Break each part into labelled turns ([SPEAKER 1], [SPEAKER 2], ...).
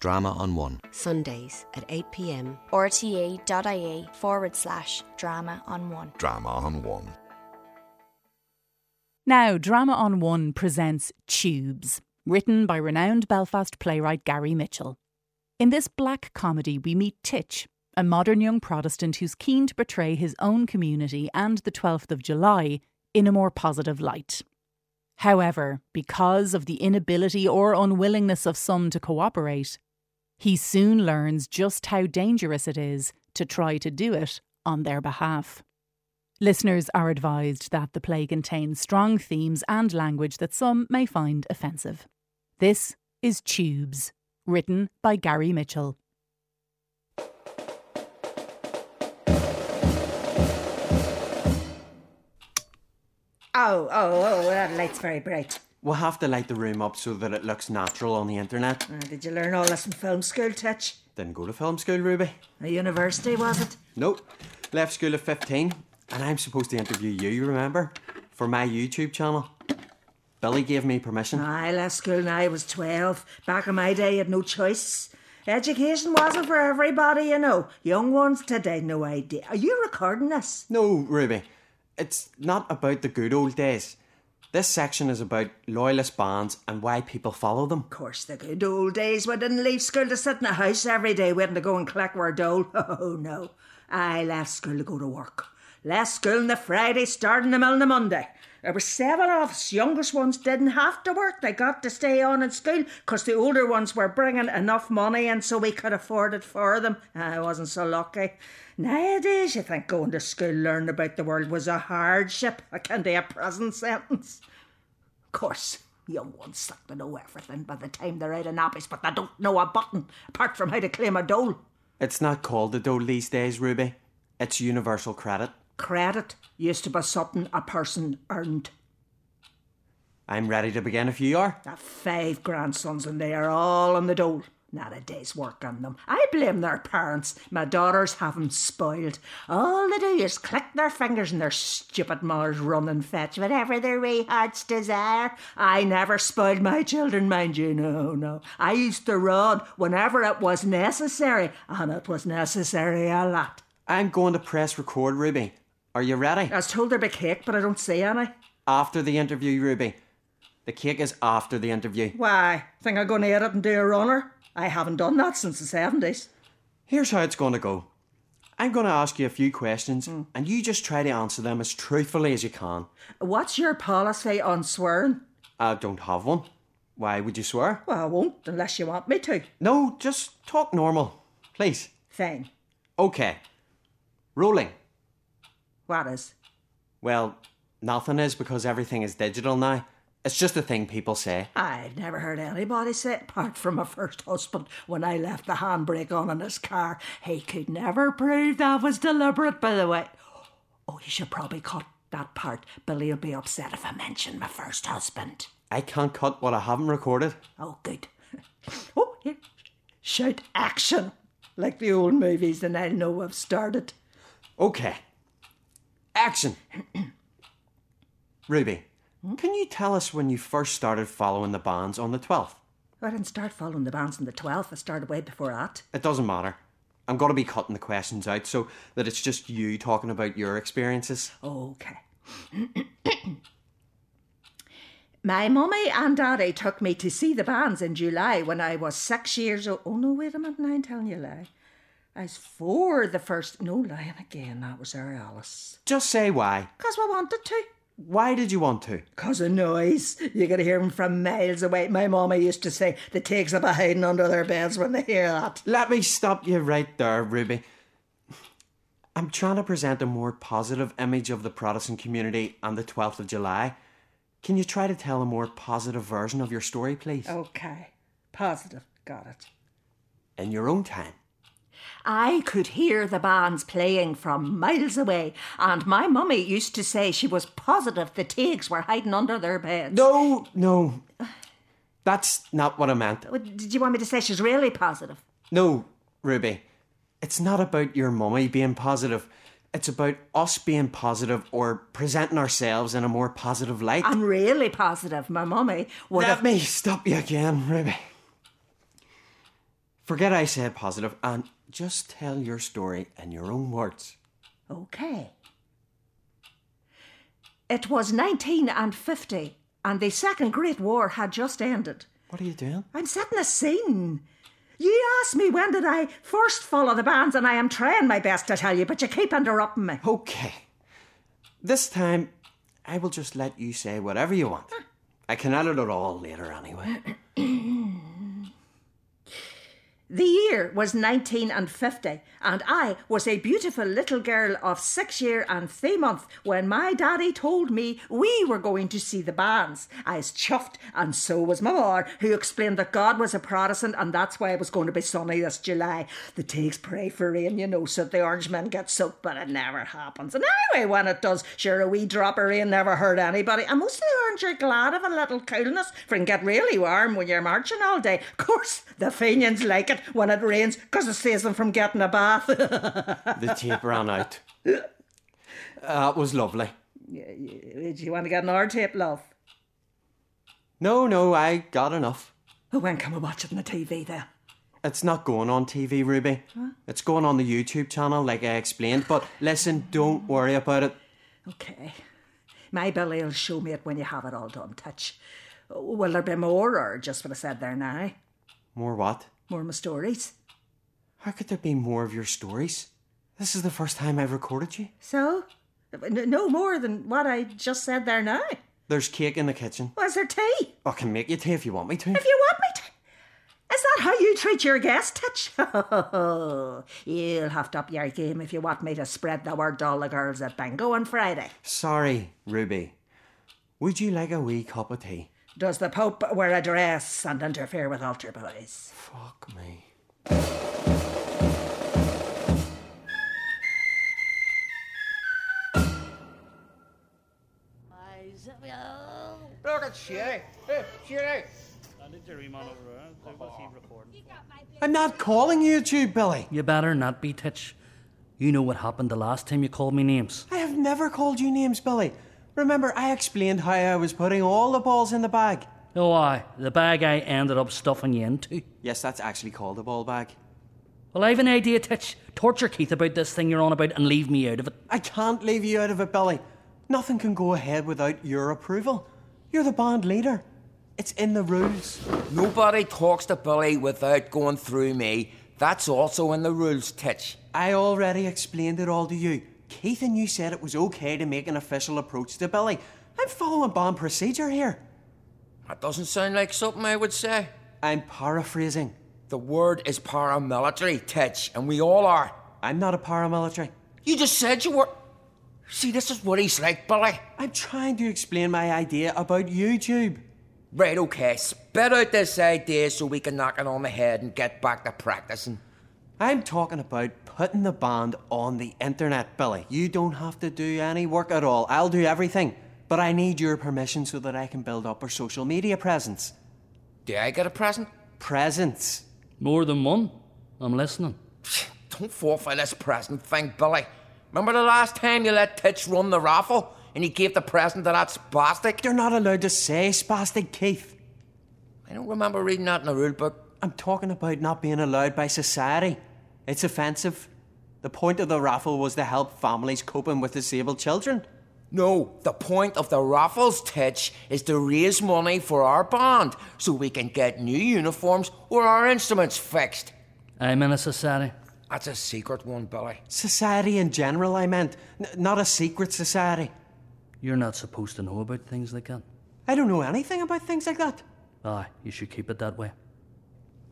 [SPEAKER 1] Drama on One.
[SPEAKER 2] Sundays at 8pm.
[SPEAKER 3] rte.ie forward slash drama on one.
[SPEAKER 4] Drama on One.
[SPEAKER 5] Now, Drama on One presents Tubes, written by renowned Belfast playwright Gary Mitchell. In this black comedy, we meet Titch, a modern young Protestant who's keen to portray his own community and the 12th of July in a more positive light. However, because of the inability or unwillingness of some to cooperate, he soon learns just how dangerous it is to try to do it on their behalf. Listeners are advised that the play contains strong themes and language that some may find offensive. This is Tubes, written by Gary Mitchell.
[SPEAKER 6] Oh, oh, oh, well, that light's very bright.
[SPEAKER 7] We'll have to light the room up so that it looks natural on the internet.
[SPEAKER 6] Uh, did you learn all this in film school, Titch?
[SPEAKER 7] Didn't go to film school, Ruby.
[SPEAKER 6] A university, was it?
[SPEAKER 7] Nope. Left school at 15, and I'm supposed to interview you, you remember? For my YouTube channel. Billy gave me permission.
[SPEAKER 6] I left school when I was 12. Back in my day, you had no choice. Education wasn't for everybody, you know. Young ones today, no idea. Are you recording this?
[SPEAKER 7] No, Ruby. It's not about the good old days. This section is about loyalist bands and why people follow them.
[SPEAKER 6] Of course, the good old days we didn't leave school to sit in a house every day waiting to go and collect our dole. Oh, no. I left school to go to work. Left school on the Friday, starting the mill on the Monday. There were seven of us. Youngest ones didn't have to work. They got to stay on in school 'cause the older ones were bringing enough money and so we could afford it for them. I wasn't so lucky. Nowadays, you think going to school learning about the world was a hardship. I can do a prison sentence. Of course, young ones think they know everything by the time they're out of nappies, but they don't know a button apart from how to claim a dole.
[SPEAKER 7] It's not called the dole these days, Ruby. It's universal credit.
[SPEAKER 6] Credit used to be something a person earned.
[SPEAKER 7] I'm ready to begin if you are.
[SPEAKER 6] I've five grandsons and they are all on the dole. Not a day's work on them. I blame their parents. My daughters have 'em spoiled. All they do is click their fingers and their stupid mothers run and fetch whatever their wee hearts desire. I never spoiled my children, mind you. No, no. I used to rod whenever it was necessary, and it was necessary a lot.
[SPEAKER 7] I'm going to press record, Ruby. Are you ready?
[SPEAKER 6] I was told there'd be cake, but I don't see any.
[SPEAKER 7] After the interview, Ruby. The cake is after the interview.
[SPEAKER 6] Why? Think I'm going to edit and do a runner? I haven't done that since the 70s.
[SPEAKER 7] Here's how it's going to go. I'm going to ask you a few questions,
[SPEAKER 6] Mm.
[SPEAKER 7] and you just try to answer them as truthfully as you can.
[SPEAKER 6] What's your policy on swearing?
[SPEAKER 7] I don't have one. Why would you swear?
[SPEAKER 6] Well, I won't unless you want me to.
[SPEAKER 7] No, just talk normal, please.
[SPEAKER 6] Fine.
[SPEAKER 7] Okay. Rolling.
[SPEAKER 6] What is?
[SPEAKER 7] Well, nothing is because everything is digital now. It's just a thing people say.
[SPEAKER 6] I've never heard anybody say it apart from my first husband when I left the handbrake on in his car. He could never prove that was deliberate, by the way. Oh, you should probably cut that part. Billy will be upset if I mention my first husband.
[SPEAKER 7] I can't cut what I haven't recorded.
[SPEAKER 6] Oh, good. oh, here. Shout action. Like the old movies, and I'll know I've started.
[SPEAKER 7] Okay. Action. Ruby, can you tell us when you first started following the bands on the 12th?
[SPEAKER 6] I didn't start following the bands on the 12th. I started way before that.
[SPEAKER 7] It doesn't matter. I'm going to be cutting the questions out so that it's just you talking about your experiences.
[SPEAKER 6] Okay. My mummy and daddy took me to see the bands in July when I was six years old. Oh, no, wait a minute, now I'm telling you a lie. I was four the first. No, lying again, that was our Alice.
[SPEAKER 7] Just say why.
[SPEAKER 6] 'Cause we wanted to.
[SPEAKER 7] Why did you want to?
[SPEAKER 6] 'Cause of noise. You could hear 'em from miles away. My mummy used to say the takes up a hiding under their beds when they hear that.
[SPEAKER 7] Let me stop you right there, Ruby. I'm trying to present a more positive image of the Protestant community on the 12th of July. Can you try to tell a more positive version of your story, please?
[SPEAKER 6] Okay, positive. Got it.
[SPEAKER 7] In your own time.
[SPEAKER 6] I could hear the bands playing from miles away, and my mummy used to say she was positive the Tigs were hiding under their beds.
[SPEAKER 7] No, no. That's not what I meant.
[SPEAKER 6] What- Did you want me to say she's really positive?
[SPEAKER 7] No, Ruby. It's not about your mummy being positive. It's about us being positive or presenting ourselves in a more positive light.
[SPEAKER 6] I'm really positive. My mummy would
[SPEAKER 7] Let
[SPEAKER 6] have.
[SPEAKER 7] me stop you again, Ruby. Forget I said positive and just tell your story in your own words.
[SPEAKER 6] Okay. It was 1950, and the Second Great War had just ended.
[SPEAKER 7] What are you doing?
[SPEAKER 6] I'm setting a scene. You asked me when did I first follow the bands, and I am trying my best to tell you, but you keep interrupting me.
[SPEAKER 7] Okay. This time, I will just let you say whatever you want. I can edit it all later anyway.
[SPEAKER 6] The year was 1950, and I was a beautiful little girl of six year and three month when my daddy told me we were going to see the bands. I was chuffed, and so was my mother, who explained that God was a Protestant and that's why it was going to be sunny this July. The takes pray for rain, you know, so the orange men get soaked, but it never happens. And anyway, when it does, sure, a wee drop of rain never hurt anybody, and most of the orange are glad of a little coolness, for it can get really warm when you're marching all day. Of course, the Fenians like it when it rains, 'cause it saves them from getting a bath.
[SPEAKER 7] The tape ran out. That was lovely.
[SPEAKER 6] Do you want to get another tape, love?
[SPEAKER 7] No, no, I got enough.
[SPEAKER 6] Oh, when can we watch it on the TV then?
[SPEAKER 7] It's not going on TV, Ruby. It's going on the YouTube channel, like I explained. But listen, don't worry about it.
[SPEAKER 6] Okay. My Billy will show me it when you have it all done, touch. Will there be more, or just what I said there now?
[SPEAKER 7] More what?
[SPEAKER 6] More of my stories?
[SPEAKER 7] How could there be more of your stories? This is the first time I've recorded you.
[SPEAKER 6] So? N- No more than what I just said there now.
[SPEAKER 7] There's cake in the kitchen.
[SPEAKER 6] Was there tea?
[SPEAKER 7] I can make you tea if you want me to.
[SPEAKER 6] If you want me to. Is that how you treat your guests, Titch? You'll have to up your game if you want me to spread the word to all the girls at bingo on Friday.
[SPEAKER 7] Sorry, Ruby. Would you like a wee cup of tea?
[SPEAKER 6] Does the Pope wear a dress and interfere with altar boys?
[SPEAKER 7] Fuck me.
[SPEAKER 1] Look at Sherry. Hey, Sherry.
[SPEAKER 4] I need to reman over there. They've got to recording.
[SPEAKER 7] I'm not calling you Tube Billy.
[SPEAKER 4] You better not be titch. You know what happened the last time you called me names.
[SPEAKER 7] I have never called you names, Billy. Remember, I explained how I was putting all the balls in the bag.
[SPEAKER 4] Oh, aye, the bag I ended up stuffing you into.
[SPEAKER 7] Yes, that's actually called a ball bag.
[SPEAKER 4] Well, I've an idea, Titch. Torture Keith about this thing you're on about and leave me out of it.
[SPEAKER 7] I can't leave you out of it, Billy. Nothing can go ahead without your approval. You're the band leader. It's in the rules.
[SPEAKER 1] Nobody talks to Billy without going through me. That's also in the rules, Titch.
[SPEAKER 7] I already explained it all to you. Keith and you said it was okay to make an official approach to Billy. I'm following band procedure here.
[SPEAKER 1] That doesn't sound like something I would say.
[SPEAKER 7] I'm paraphrasing.
[SPEAKER 1] The word is paramilitary, Titch, and we all are.
[SPEAKER 7] I'm not a paramilitary.
[SPEAKER 1] You just said you were. See, this is what he's like, Billy.
[SPEAKER 7] I'm trying to explain my idea about YouTube.
[SPEAKER 1] Right, okay, spit out this idea so we can knock it on the head and get back to practicing.
[SPEAKER 7] I'm talking about putting the band on the internet, Billy. You don't have to do any work at all. I'll do everything. But I need your permission so that I can build up our social media presence.
[SPEAKER 1] Do I get a present?
[SPEAKER 7] Presence.
[SPEAKER 4] More than one? I'm listening.
[SPEAKER 1] Don't fall for this present thing, Billy. Remember the last time you let Titch run the raffle and he gave the present to that spastic?
[SPEAKER 7] You're not allowed to say spastic, Keith.
[SPEAKER 1] I don't remember reading that in the rule book.
[SPEAKER 7] I'm talking about not being allowed by society. It's offensive. The point of the raffle was to help families coping with disabled children.
[SPEAKER 1] No, the point of the raffles, Titch, is to raise money for our band so we can get new uniforms or our instruments fixed.
[SPEAKER 4] I'm in a society.
[SPEAKER 1] That's a secret one, Billy.
[SPEAKER 7] Society in general, I meant, N- not a secret society.
[SPEAKER 4] You're not supposed to know about things like that.
[SPEAKER 7] I don't know anything about things like that.
[SPEAKER 4] Aye, you should keep it that way.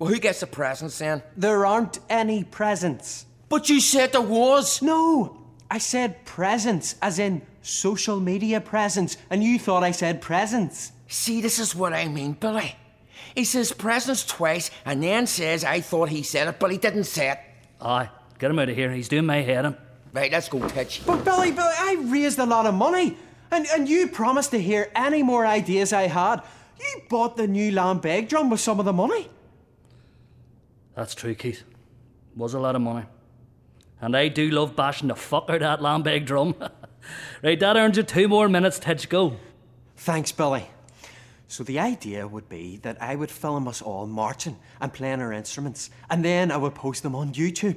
[SPEAKER 1] Well, who gets the presents then?
[SPEAKER 7] There aren't any presents.
[SPEAKER 1] But you said there was.
[SPEAKER 7] No, I said presence, as in social media presence, and you thought I said presence.
[SPEAKER 1] See, this is what I mean, Billy. He says presents twice and then says I thought he said it, but he didn't say it.
[SPEAKER 4] Aye, get him out of here. He's doing my head in.
[SPEAKER 1] Right, let's go, Titch.
[SPEAKER 7] But Billy, Billy, I raised a lot of money, and, and you promised to hear any more ideas I had. You bought the new Lambeg drum with some of the money.
[SPEAKER 4] That's true, Keith. Was a lot of money. And I do love bashing the fuck out of that lambeg drum. right, that earns you two more minutes, Titch. Go.
[SPEAKER 7] Thanks, Billy. So the idea would be that I would film us all marching and playing our instruments, and then I would post them on YouTube.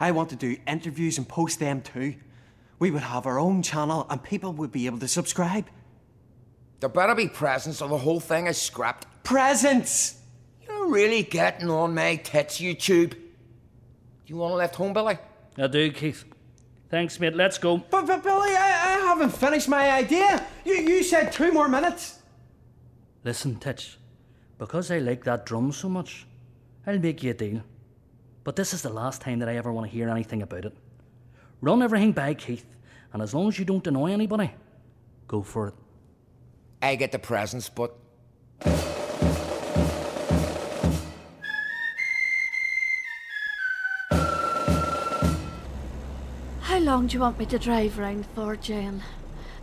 [SPEAKER 7] I want to do interviews and post them too. We would have our own channel and people would be able to subscribe.
[SPEAKER 1] There better be presents or the whole thing is scrapped.
[SPEAKER 7] Presents!
[SPEAKER 1] You're really getting on my tits, YouTube. You want to left home, Billy?
[SPEAKER 4] I do, Keith. Thanks, mate. Let's go.
[SPEAKER 7] But, but Billy, I, I haven't finished my idea. You, you said two more minutes.
[SPEAKER 4] Listen, Titch, because I like that drum so much, I'll make you a deal. But this is the last time that I ever want to hear anything about it. Run everything by Keith, and as long as you don't annoy anybody, go for it.
[SPEAKER 1] I get the presents, but
[SPEAKER 8] How long do you want me to drive round for, Jane?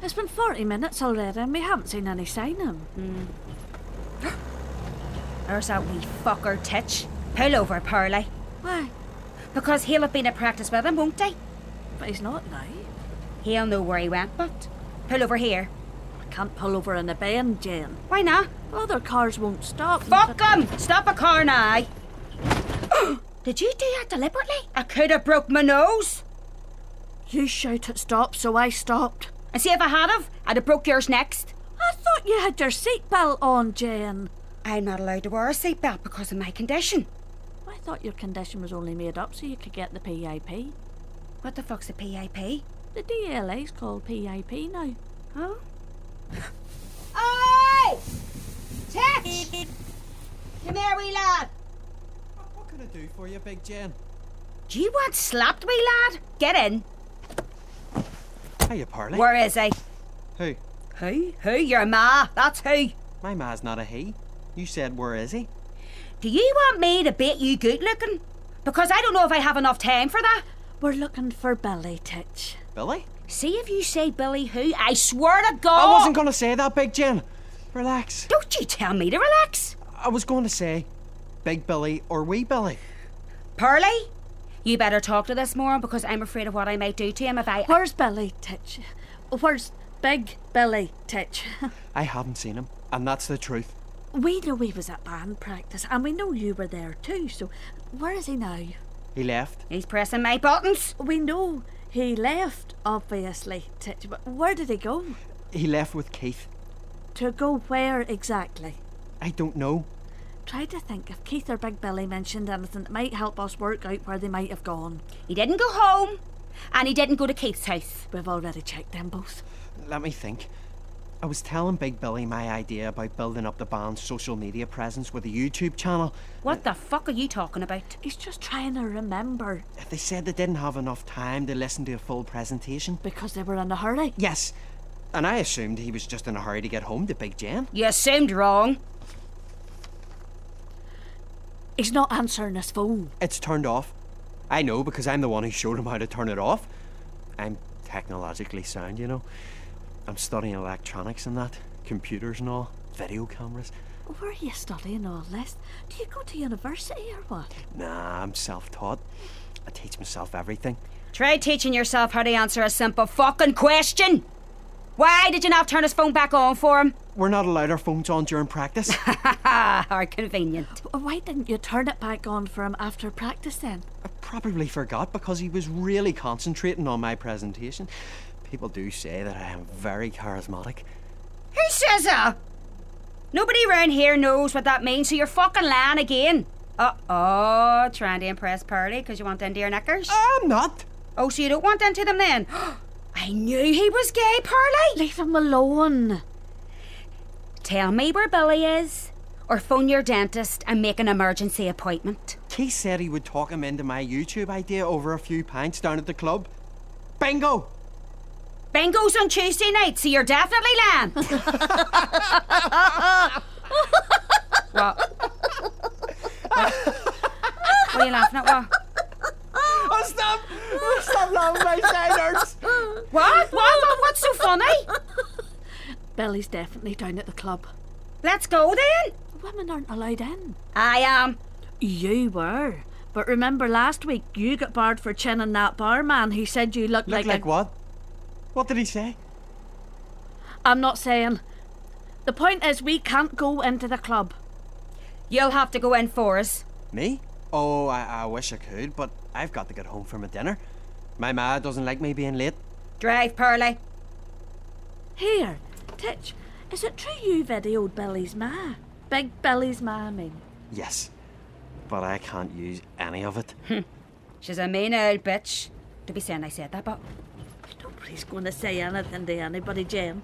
[SPEAKER 8] It's been 40 minutes already and we haven't seen any sign of him.
[SPEAKER 9] Hmm. There's that wee fucker, Titch. Pull over, Parley.
[SPEAKER 8] Why?
[SPEAKER 9] Because he'll have been at practice with him, won't he?
[SPEAKER 8] But he's not now.
[SPEAKER 9] He'll know where he went, but. Pull over here.
[SPEAKER 8] I can't pull over in a bend, Jane.
[SPEAKER 9] Why not?
[SPEAKER 8] Other cars won't stop.
[SPEAKER 9] Fuck him! Stop a car now! Did you do that deliberately? I could have broke my nose.
[SPEAKER 8] You shouted stop, so I stopped.
[SPEAKER 9] And see if I had have, I'd have broke yours next.
[SPEAKER 8] I thought you had your seatbelt on, Jane.
[SPEAKER 9] I'm not allowed to wear a seatbelt because of my condition.
[SPEAKER 8] I thought your condition was only made up so you could get the PIP.
[SPEAKER 9] What the fuck's a PIP?
[SPEAKER 8] The DLA's called PIP now.
[SPEAKER 9] Huh? Oi! Titch! Come here, wee lad.
[SPEAKER 7] What can I do for you, Big Jen?
[SPEAKER 9] Do you want slapped, wee lad? Get in.
[SPEAKER 7] Hiya, Parley.
[SPEAKER 9] Where is he?
[SPEAKER 7] Who?
[SPEAKER 9] Who? Who? Your ma. That's who.
[SPEAKER 7] My ma's not a he. You said, where is he?
[SPEAKER 9] Do you want me to beat you good looking? Because I don't know if I have enough time for that.
[SPEAKER 8] We're looking for Billy Titch.
[SPEAKER 7] Billy?
[SPEAKER 9] See if you say Billy who, I swear to God.
[SPEAKER 7] I wasn't going to say that, Big Jen. Relax.
[SPEAKER 9] Oh. Don't you tell me to relax.
[SPEAKER 7] I was going to say Big Billy or Wee Billy.
[SPEAKER 9] Pearlie, you better talk to this moron because I'm afraid of what I might do to him if I.
[SPEAKER 8] Where's Billy Titch? Where's Big Billy Titch?
[SPEAKER 7] I haven't seen him, and that's the truth.
[SPEAKER 8] we know he was at band practice and we know you were there too, so where is he now?
[SPEAKER 7] He left.
[SPEAKER 9] He's pressing my buttons.
[SPEAKER 8] We know he left, obviously, Titch, but where did he go?
[SPEAKER 7] He left with Keith.
[SPEAKER 8] To go where exactly?
[SPEAKER 7] I don't know.
[SPEAKER 8] Try to think if Keith or Big Billy mentioned anything that might help us work out where they might have gone.
[SPEAKER 9] He didn't go home, and he didn't go to Keith's house.
[SPEAKER 8] We've already checked them both.
[SPEAKER 7] Let me think. I was telling Big Billy my idea about building up the band's social media presence with a YouTube channel.
[SPEAKER 9] What the fuck are you talking about?
[SPEAKER 8] He's just trying to remember
[SPEAKER 7] They said they didn't have enough time to listen to a full presentation.
[SPEAKER 8] because they were in a hurry.
[SPEAKER 7] Yes, and I assumed he was just in a hurry to get home to Big Jen.
[SPEAKER 9] You assumed wrong.
[SPEAKER 8] He's not answering his phone.
[SPEAKER 7] It's turned off. I know because I'm the one who showed him how to turn it off. I'm technologically sound, you know. I'm studying electronics and that, computers and all, video cameras.
[SPEAKER 8] Where are you studying all this? Do you go to university or what?
[SPEAKER 7] Nah, I'm self taught. I teach myself everything.
[SPEAKER 9] Try teaching yourself how to answer a simple fucking question. Why did you not turn his phone back on for him?
[SPEAKER 7] We're not allowed our phones on during practice.
[SPEAKER 9] Ah, how convenient.
[SPEAKER 8] But Why didn't you turn it back on for him after practice then?
[SPEAKER 7] I probably forgot because he was really concentrating on my presentation. People do say that I am very charismatic.
[SPEAKER 9] Who says that? Nobody round here knows what that means, so you're fucking lying again. Uh oh, trying to impress Pearlie because you want them dear knickers.
[SPEAKER 7] I'm not.
[SPEAKER 9] Oh, so you don't want them to them then? I knew he was gay, Pearlie.
[SPEAKER 8] Leave him alone.
[SPEAKER 9] Tell me where Billy is, or phone your dentist and make an emergency appointment.
[SPEAKER 7] Keith said he would talk him into my YouTube idea over a few pints down at the club. Bingo!
[SPEAKER 9] Bingo's on Tuesday night, so you're definitely lying. what? What are you laughing at? What?
[SPEAKER 7] Oh, stop! Stop laughing my shyness!
[SPEAKER 9] What? What? What? What's so funny?
[SPEAKER 8] Billy's definitely down at the club.
[SPEAKER 9] Let's go then.
[SPEAKER 8] Women aren't allowed in.
[SPEAKER 9] I am.
[SPEAKER 8] You were. But remember last week you got barred for chinning that barman who said you looked
[SPEAKER 7] Look like,
[SPEAKER 8] like, a-
[SPEAKER 7] what? What did he say?
[SPEAKER 8] I'm not saying. The point is, we can't go into the club.
[SPEAKER 9] You'll have to go in for us.
[SPEAKER 7] Me? Oh, I, I wish I could, but I've got to get home for my dinner. My ma doesn't like me being late.
[SPEAKER 9] Drive, Pearlie.
[SPEAKER 8] Here, Titch, is it true you've videoed Billy's ma? Big Billy's ma, I mean.
[SPEAKER 7] Yes, but I can't use any of it.
[SPEAKER 9] She's a mean old bitch. To be saying I said that, but
[SPEAKER 8] Nobody's going to say anything to anybody, Jane.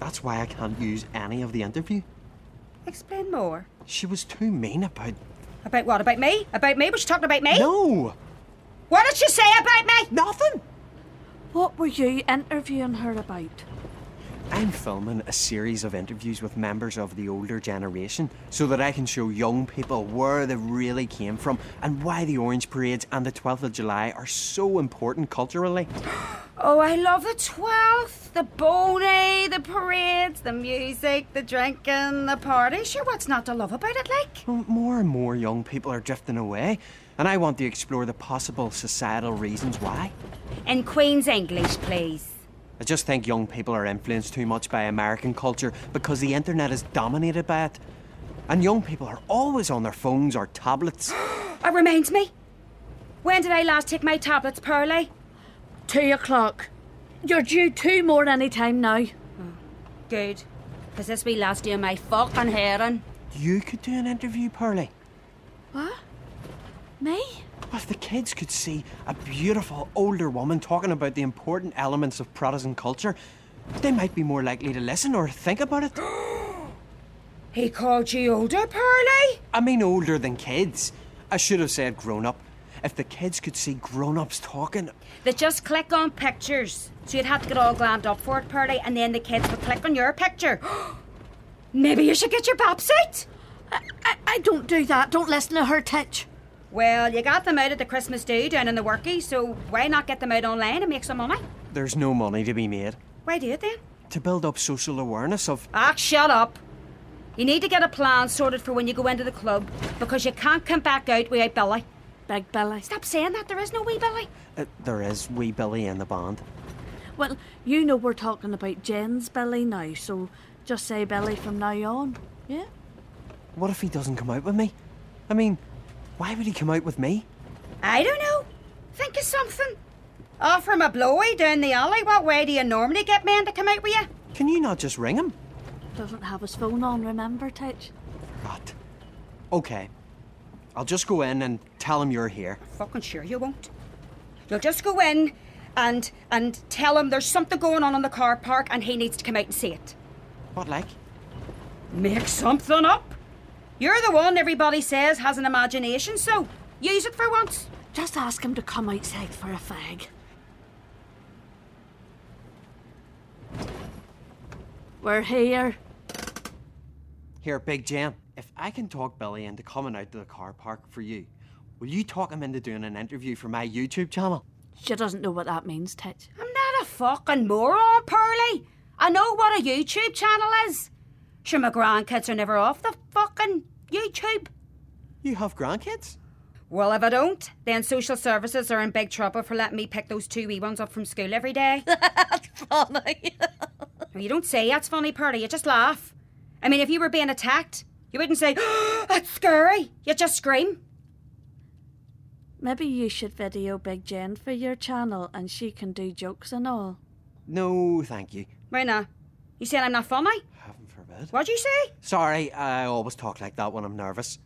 [SPEAKER 7] That's why I can't use any of the interview.
[SPEAKER 9] explain more.
[SPEAKER 7] She was too mean about.
[SPEAKER 9] About what? About me? About me? Was she talking about me?
[SPEAKER 7] No!
[SPEAKER 9] What did she say about me?
[SPEAKER 7] Nothing!
[SPEAKER 8] What were you interviewing her about?
[SPEAKER 7] I'm filming a series of interviews with members of the older generation so that I can show young people where they really came from and why the Orange Parades and the 12th of July are so important culturally.
[SPEAKER 9] Oh, I love the 12th, the bony, the parades, the music, the drinking, the party. Sure, what's not to love about it, like?
[SPEAKER 7] Well, More and more young people are drifting away, and I want to explore the possible societal reasons why.
[SPEAKER 9] In Queen's English, please.
[SPEAKER 7] I just think young people are influenced too much by American culture because the internet is dominated by it. And young people are always on their phones or tablets.
[SPEAKER 9] It reminds me. When did I last take my tablets, Pearlie?
[SPEAKER 8] Two o'clock. You're due two more any time now.
[SPEAKER 9] Good. Because this wee last doing my fucking herring.
[SPEAKER 7] You could do an interview, Pearlie.
[SPEAKER 8] What? Me?
[SPEAKER 7] If the kids could see a beautiful older woman talking about the important elements of Protestant culture, they might be more likely to listen or think about it.
[SPEAKER 9] He called you older, Pearlie?
[SPEAKER 7] I mean, older than kids. I should have said grown up. If the kids could see grown ups talking,
[SPEAKER 9] They just click on pictures. So you'd have to get all glammed up for it, Pearlie, and then the kids would click on your picture. Maybe you should get your paps out.
[SPEAKER 8] I, I, I don't do that. Don't listen to her, Titch.
[SPEAKER 9] Well, you got them out at the Christmas do down in the workie, so why not get them out online and make some money?
[SPEAKER 7] there's no money to be made.
[SPEAKER 9] Why do it then?
[SPEAKER 7] To build up social awareness of.
[SPEAKER 9] Ah, shut up. You need to get a plan sorted for when you go into the club because you can't come back out without Billy.
[SPEAKER 8] Big Billy.
[SPEAKER 9] Stop saying that. There is no wee Billy.
[SPEAKER 7] Uh, there is Wee Billy in the band.
[SPEAKER 8] Well, you know we're talking about Jen's Billy now, so just say Billy from now on. Yeah?
[SPEAKER 7] What if he doesn't come out with me? I mean, why would he come out with me?
[SPEAKER 9] I don't know. Think of something. Offer him a blowy down the alley. What way do you normally get men to come out with you?
[SPEAKER 7] Can you not just ring him?
[SPEAKER 8] Doesn't have his phone on, remember, Titch?
[SPEAKER 7] But. Okay. I'll just go in and tell him you're here.
[SPEAKER 9] Fucking sure you won't. You'll just go in and and tell him there's something going on in the car park and he needs to come out and see it.
[SPEAKER 7] What like?
[SPEAKER 9] Make something up. You're the one everybody says has an imagination, so use it for once.
[SPEAKER 8] Just ask him to come outside for a fag. We're here.
[SPEAKER 7] Here, Big Jam. If I can talk Billy into coming out to the car park for you, will you talk him into doing an interview for my YouTube channel?
[SPEAKER 8] She doesn't know what that means, Titch.
[SPEAKER 9] I'm not a fucking moron, Pearlie. I know what a YouTube channel is. Sure, my grandkids are never off the fucking YouTube.
[SPEAKER 7] You have grandkids?
[SPEAKER 9] Well, if I don't, then social services are in big trouble for letting me pick those two wee ones up from school every day. That's funny. you don't say that's funny, Pearlie. You just laugh. I mean, if you were being attacked, you wouldn't say, that's scary. You'd just scream.
[SPEAKER 8] Maybe you should video Big Jen for your channel and she can do jokes and all.
[SPEAKER 7] No, thank you.
[SPEAKER 9] Why not? You saying I'm not funny?
[SPEAKER 7] Heaven forbid.
[SPEAKER 9] What'd you say?
[SPEAKER 7] Sorry, I always talk like that when I'm nervous.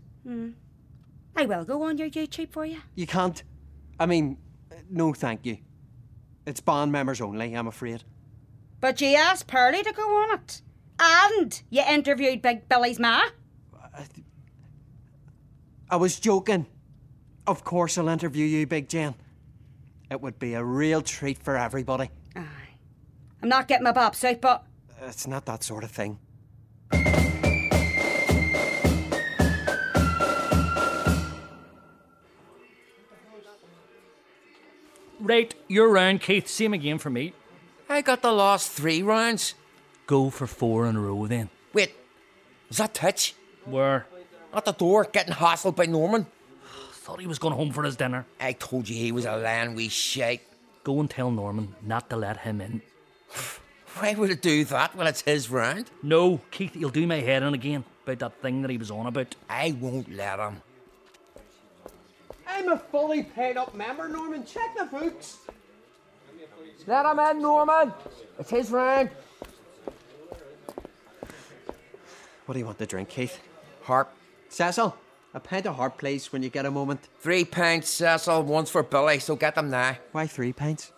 [SPEAKER 9] I will go on your YouTube for you.
[SPEAKER 7] You can't. I mean, uh, no, thank you. It's band members only, I'm afraid.
[SPEAKER 9] But you asked Pearlie to go on it. And you interviewed Big Billy's ma.
[SPEAKER 7] I was joking. Of course, I'll interview you, Big Jen. It would be a real treat for everybody.
[SPEAKER 9] I'm not getting my bops out, but
[SPEAKER 7] It's not that sort of thing.
[SPEAKER 4] Right, you're round, Keith. Same again for me.
[SPEAKER 1] I got the last three rounds.
[SPEAKER 4] Go for four in a row then.
[SPEAKER 1] Wait, is that Titch?
[SPEAKER 4] Where?
[SPEAKER 1] At the door, getting hassled by Norman.
[SPEAKER 4] Thought he was going home for his dinner.
[SPEAKER 1] I told you he was a land we shite.
[SPEAKER 4] Go and tell Norman not to let him in.
[SPEAKER 1] Why would it do that when it's his round?
[SPEAKER 4] No, Keith, he'll do my head in again about that thing that he was on about.
[SPEAKER 1] I won't let him.
[SPEAKER 7] I'm a fully paid up member, Norman. Check the books.
[SPEAKER 1] Let him in, Norman. It's his round.
[SPEAKER 7] What do you want to drink, Keith?
[SPEAKER 1] Harp.
[SPEAKER 7] Cecil, a pint of hard, please, when you get a moment.
[SPEAKER 1] Three pints, Cecil. One's for Billy, so get them now.
[SPEAKER 7] Why three pints?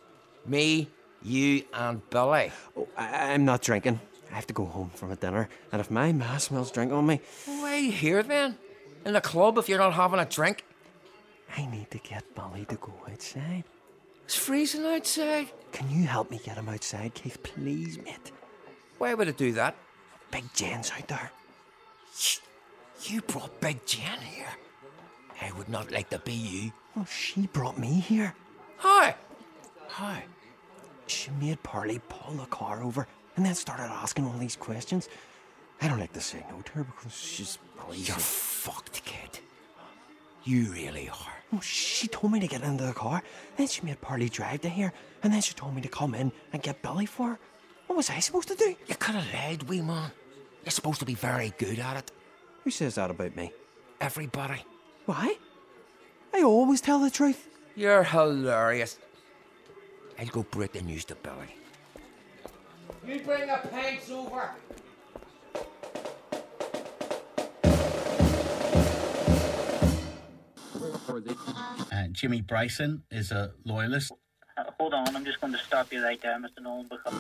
[SPEAKER 1] Me, you, and Billy.
[SPEAKER 7] Oh, I- I'm not drinking. I have to go home from a dinner, and if my ma smells drink on me,
[SPEAKER 1] Why you here then? In the club if you're not having a drink?
[SPEAKER 7] I need to get Billy to go outside.
[SPEAKER 1] It's freezing outside.
[SPEAKER 7] Can you help me get him outside, Keith, please, mate?
[SPEAKER 1] Why would it do that?
[SPEAKER 7] Big Jen's out there.
[SPEAKER 1] You brought Big Jen here. I would not like to be you.
[SPEAKER 7] Well, Oh, she brought me here.
[SPEAKER 1] Hi. Hi.
[SPEAKER 7] She made Parley pull the car over and then started asking all these questions. I don't like to say no to her because she's crazy.
[SPEAKER 1] You're fucked, kid. You really are.
[SPEAKER 7] No, she told me to get into the car, then she made Parley drive to here, and then she told me to come in and get Billy for her. What was I supposed to do?
[SPEAKER 1] You could have led, wee man. You're supposed to be very good at it.
[SPEAKER 7] Who says that about me?
[SPEAKER 1] Everybody.
[SPEAKER 7] Why? I always tell the truth.
[SPEAKER 1] You're hilarious. I'll go break the news to Billy. You bring the pints over.
[SPEAKER 10] Uh, Jimmy Bryson is a loyalist.
[SPEAKER 11] Uh, hold on, I'm just going to stop you right there, Mr. Nolan, because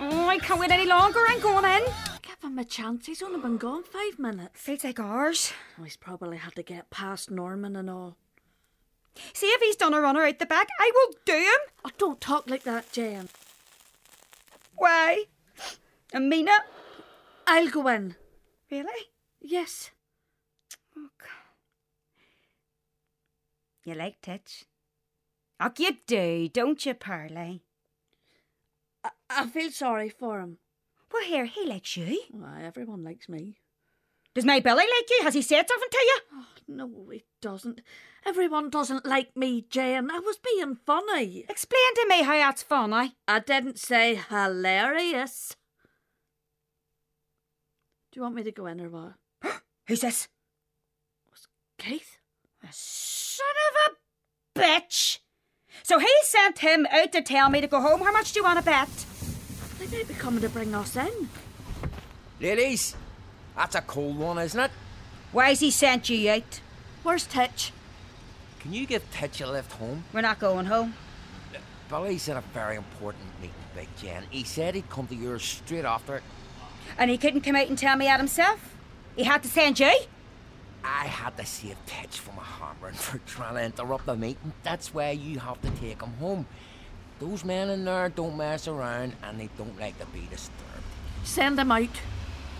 [SPEAKER 9] Oh, I can't wait any longer. I'm going in.
[SPEAKER 8] Give him a chance. He's only been gone five minutes.
[SPEAKER 9] Feels like ours.
[SPEAKER 8] Oh, he's probably had to get past Norman and all.
[SPEAKER 9] See if he's done a runner out the back. I will do him.
[SPEAKER 8] Oh, don't talk like that, Jen.
[SPEAKER 9] Why? Amina?
[SPEAKER 8] I'll go in.
[SPEAKER 9] Really?
[SPEAKER 8] Yes.
[SPEAKER 9] Oh, God. You like Titch? Oh, you do, don't you, Parley?
[SPEAKER 8] I, I feel sorry for him.
[SPEAKER 9] Well, here, he likes you.
[SPEAKER 8] Why, everyone likes me.
[SPEAKER 9] Does my Billy like you? Has he said something to you?
[SPEAKER 8] Oh, no, he doesn't. Everyone doesn't like me, Jen. I was being funny.
[SPEAKER 9] Explain to me how that's funny.
[SPEAKER 8] I didn't say hilarious. Do you want me to go in or what?
[SPEAKER 9] Who's this?
[SPEAKER 8] Keith?
[SPEAKER 9] A son of a bitch! So he sent him out to tell me to go home. How much do you want to bet?
[SPEAKER 8] They may be coming to bring us in.
[SPEAKER 1] Ladies, that's a cold one, isn't it?
[SPEAKER 9] Why's he sent you eh? out?
[SPEAKER 8] Where's Titch?
[SPEAKER 1] Can you give Titch a lift home?
[SPEAKER 9] We're not going home.
[SPEAKER 1] Billy's in a very important meeting, Big Jen. He said he'd come to yours straight after it.
[SPEAKER 9] And he couldn't come out and tell me that himself. He had to send you.
[SPEAKER 1] I had to save Titch from a hammering for trying to interrupt the meeting. That's why you have to take him home. Those men in there don't mess around and they don't like to be disturbed.
[SPEAKER 8] Send them out.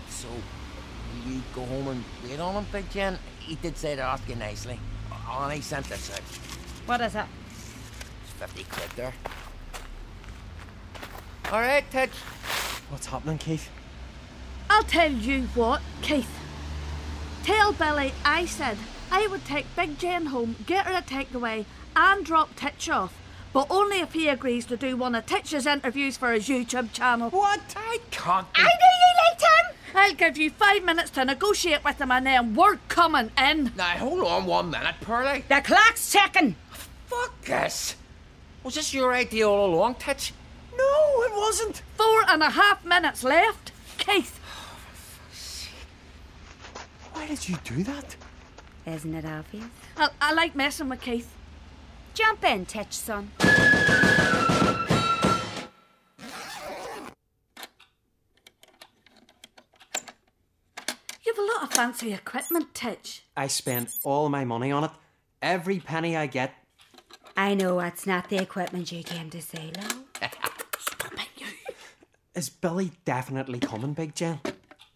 [SPEAKER 1] So, will you go home and wait on him, Big Jen? He did say to ask you nicely. And he sent this out.
[SPEAKER 9] What is it?
[SPEAKER 1] It's 50 quid there. All right, Titch.
[SPEAKER 7] What's happening, Keith?
[SPEAKER 8] I'll tell you what, Keith. Tell Billy I said I would take Big Jen home, get her a takeaway, and drop Titch off. But only if he agrees to do one of Titch's interviews for his YouTube channel.
[SPEAKER 1] What? I can't.
[SPEAKER 9] I knew you liked him.
[SPEAKER 8] I'll give you five minutes to negotiate with him, and then we're coming in.
[SPEAKER 1] Now, hold on one minute, Pearlie.
[SPEAKER 9] The clock's ticking.
[SPEAKER 1] Fuck this! Was this your idea all along, Titch?
[SPEAKER 7] No, it wasn't.
[SPEAKER 8] Four and a half minutes left. Keith,
[SPEAKER 7] Why did you do that?
[SPEAKER 9] Isn't it obvious?
[SPEAKER 8] I, I like messing with Keith.
[SPEAKER 9] Jump in, Titch, son.
[SPEAKER 8] You've a lot of fancy equipment, Titch.
[SPEAKER 7] I spend all my money on it. Every penny I get.
[SPEAKER 9] I know that's not the equipment you came to see, love.
[SPEAKER 7] Is Billy definitely coming, Big Jen?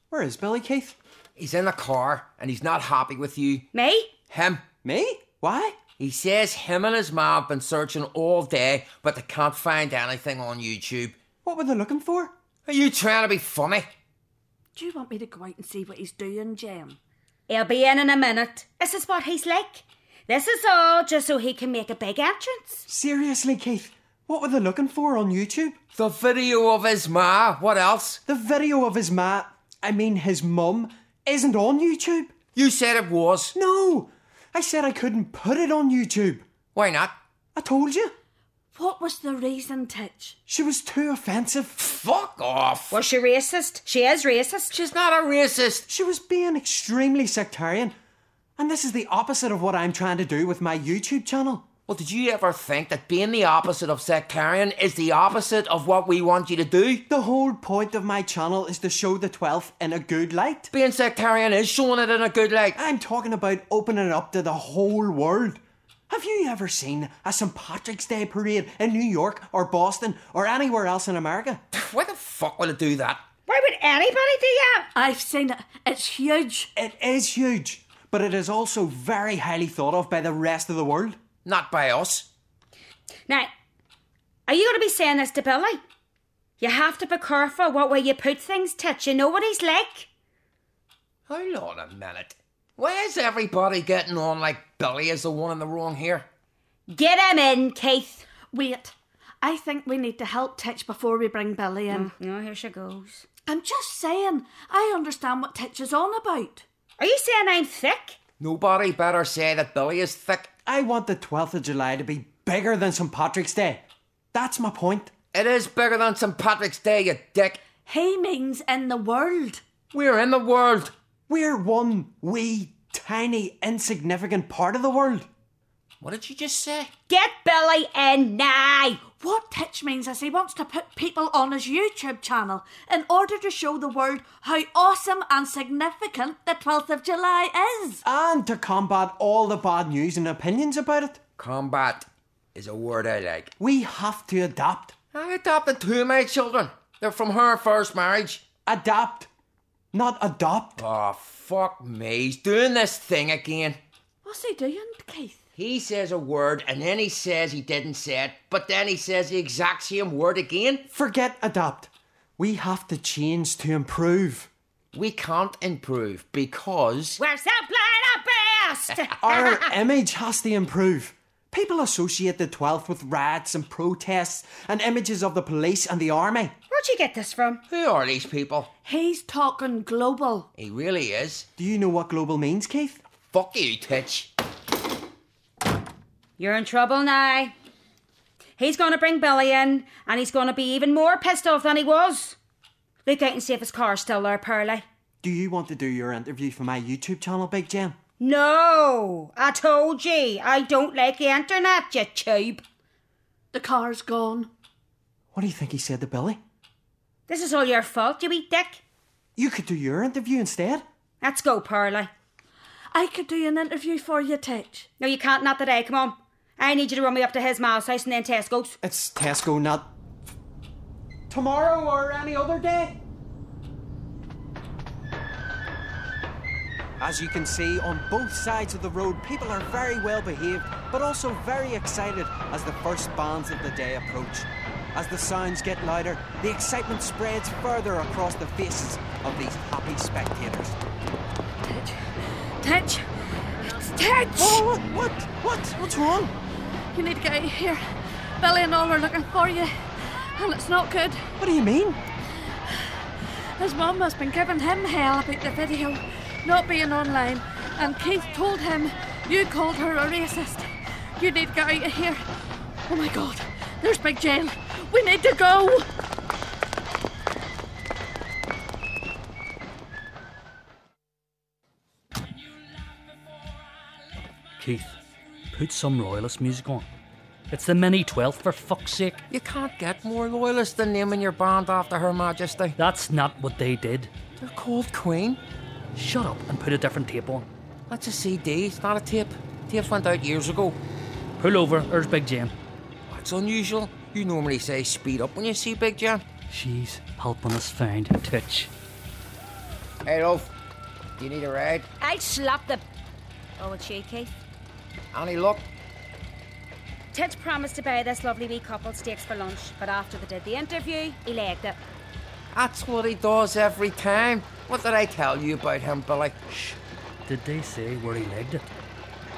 [SPEAKER 7] Where is Billy, Keith?
[SPEAKER 1] He's in the car and he's not happy with you.
[SPEAKER 9] Me?
[SPEAKER 1] Him.
[SPEAKER 7] Me? Why?
[SPEAKER 1] He says him and his ma have been searching all day, but they can't find anything on YouTube.
[SPEAKER 7] What were they looking for?
[SPEAKER 1] Are you trying to be funny?
[SPEAKER 8] Do you want me to go out and see what he's doing, Jem?
[SPEAKER 9] He'll be in in a minute. This is what he's like. This is all just so he can make a big entrance.
[SPEAKER 7] Seriously, Keith, what were they looking for on YouTube?
[SPEAKER 1] The video of his ma. What else?
[SPEAKER 7] The video of his ma, I mean his mum, isn't on YouTube.
[SPEAKER 1] You said it was.
[SPEAKER 7] No, I said I couldn't put it on YouTube.
[SPEAKER 1] Why not?
[SPEAKER 7] I told you.
[SPEAKER 8] What was the reason, Titch?
[SPEAKER 7] She was too offensive.
[SPEAKER 1] Fuck off.
[SPEAKER 9] Was she racist? She is racist.
[SPEAKER 1] She's not a racist.
[SPEAKER 7] She was being extremely sectarian. And this is the opposite of what I'm trying to do with my YouTube channel.
[SPEAKER 1] Well, did you ever think that being the opposite of sectarian is the opposite of what we want you to do?
[SPEAKER 7] The whole point of my channel is to show the 12th in a good light.
[SPEAKER 1] Being sectarian is showing it in a good light.
[SPEAKER 7] I'm talking about opening it up to the whole world. Have you ever seen a St. Patrick's Day parade in New York or Boston or anywhere else in America?
[SPEAKER 1] Why the fuck would it do that?
[SPEAKER 9] Why would anybody do that?
[SPEAKER 8] I've seen it. It's huge.
[SPEAKER 7] It is huge, but it is also very highly thought of by the rest of the world.
[SPEAKER 1] Not by us.
[SPEAKER 9] Now, are you going to be saying this to Billy? You have to be careful what way you put things, Titch. You know what he's like.
[SPEAKER 1] Hold on a minute. Why is everybody getting on like Billy is the one in the wrong here?
[SPEAKER 9] Get him in, Keith.
[SPEAKER 8] Wait. I think we need to help Titch before we bring Billy in.
[SPEAKER 9] No, Mm, oh, here she goes.
[SPEAKER 8] I'm just saying, I understand what Titch is on about.
[SPEAKER 9] Are you saying I'm thick?
[SPEAKER 1] Nobody better say that Billy is thick.
[SPEAKER 7] I want the 12th of July to be bigger than St. Patrick's Day. That's my point.
[SPEAKER 1] It is bigger than St. Patrick's Day, you dick.
[SPEAKER 8] He means in the world.
[SPEAKER 1] We're in the world.
[SPEAKER 7] We're one wee, tiny, insignificant part of the world.
[SPEAKER 1] What did you just say?
[SPEAKER 9] Get Billy in now!
[SPEAKER 8] What Titch means is he wants to put people on his YouTube channel in order to show the world how awesome and significant the 12th of July is.
[SPEAKER 7] And to combat all the bad news and opinions about it.
[SPEAKER 1] Combat is a word I like.
[SPEAKER 7] We have to adapt.
[SPEAKER 1] I adopted two of my children. They're from her first marriage.
[SPEAKER 7] Adapt, not adopt.
[SPEAKER 1] Oh, fuck me. He's doing this thing again.
[SPEAKER 8] What's he doing, Keith?
[SPEAKER 1] He says a word and then he says he didn't say it, but then he says the exact same word again.
[SPEAKER 7] Forget adapt. We have to change to improve.
[SPEAKER 1] We can't improve because
[SPEAKER 9] we're simply the best!
[SPEAKER 7] our image has to improve. People associate the 12th with riots and protests and images of the police and the army.
[SPEAKER 9] Where'd you get this from?
[SPEAKER 1] Who are these people?
[SPEAKER 8] He's talking global.
[SPEAKER 1] He really is.
[SPEAKER 7] Do you know what global means, Keith?
[SPEAKER 1] Fuck you, Titch.
[SPEAKER 9] You're in trouble now. He's going to bring Billy in, and he's going to be even more pissed off than he was. Look out and see if his car's still there, Pearlie.
[SPEAKER 7] Do you want to do your interview for my YouTube channel, Big Jim?
[SPEAKER 9] No, I told ye, I don't like the internet, you tube.
[SPEAKER 8] The car's gone.
[SPEAKER 7] What do you think he said to Billy?
[SPEAKER 9] This is all your fault, you wee dick.
[SPEAKER 7] You could do your interview instead.
[SPEAKER 9] Let's go, Pearlie.
[SPEAKER 8] I could do an interview for you, Titch.
[SPEAKER 9] No, you can't, not today, come on. I need you to run me up to his mouse house and then Tesco's.
[SPEAKER 7] It's Tesco, not tomorrow or any other day. As you can see, on both sides of the road, people are very well behaved, but also very excited as the first bands of the day approach. As the sounds get louder, the excitement spreads further across the faces of these happy spectators.
[SPEAKER 8] Titch. Titch. It's Titch.
[SPEAKER 7] Oh, what? What? What? What's wrong?
[SPEAKER 8] You need to get out of here. Billy and all are looking for you. And it's not good.
[SPEAKER 7] What do you mean?
[SPEAKER 8] His mum has been giving him hell about the video not being online. And Keith told him you called her a racist. You need to get out of here. Oh my god, there's Big Jane. We need to go.
[SPEAKER 4] Keith, put some royalist music on. It's the mini 12th, for fuck's sake.
[SPEAKER 1] You can't get more loyalist than naming your band after Her Majesty.
[SPEAKER 4] That's not what they did.
[SPEAKER 1] They're called Queen.
[SPEAKER 4] Shut up and put a different tape on.
[SPEAKER 1] That's a CD, it's not a tape. Tapes went out years ago.
[SPEAKER 4] Pull over, there's Big Jim.
[SPEAKER 1] That's unusual. You normally say speed up when you see Big Jim.
[SPEAKER 4] She's helping us find Titch.
[SPEAKER 1] Hey, Rolf, do you need a ride?
[SPEAKER 9] I'd slap the. Oh, it's you, Keith.
[SPEAKER 1] Any luck?
[SPEAKER 9] Titch promised to buy this lovely wee couple steaks for lunch, but after they did the interview, he legged it.
[SPEAKER 1] That's what he does every time. What did I tell you about him, Billy?
[SPEAKER 4] Shh. Did they say where he legged it?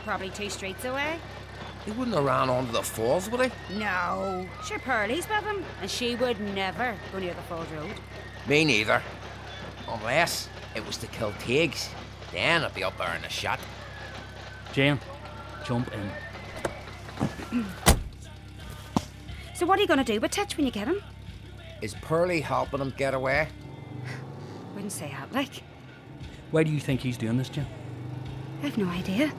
[SPEAKER 9] Probably two streets away.
[SPEAKER 1] He wouldn't have ran onto the falls, would he?
[SPEAKER 9] No. Sure, Pearlie's with him, and she would never go near the Falls Road.
[SPEAKER 1] Me neither. Unless it was to kill pigs. Then I'd be up there in a shot.
[SPEAKER 4] Jane, jump in.
[SPEAKER 9] So what are you going to do with Titch when you get him?
[SPEAKER 1] Is Pearlie helping him get away?
[SPEAKER 9] Wouldn't say that, like.
[SPEAKER 4] Why do you think he's doing this, Jim?
[SPEAKER 9] I've no idea.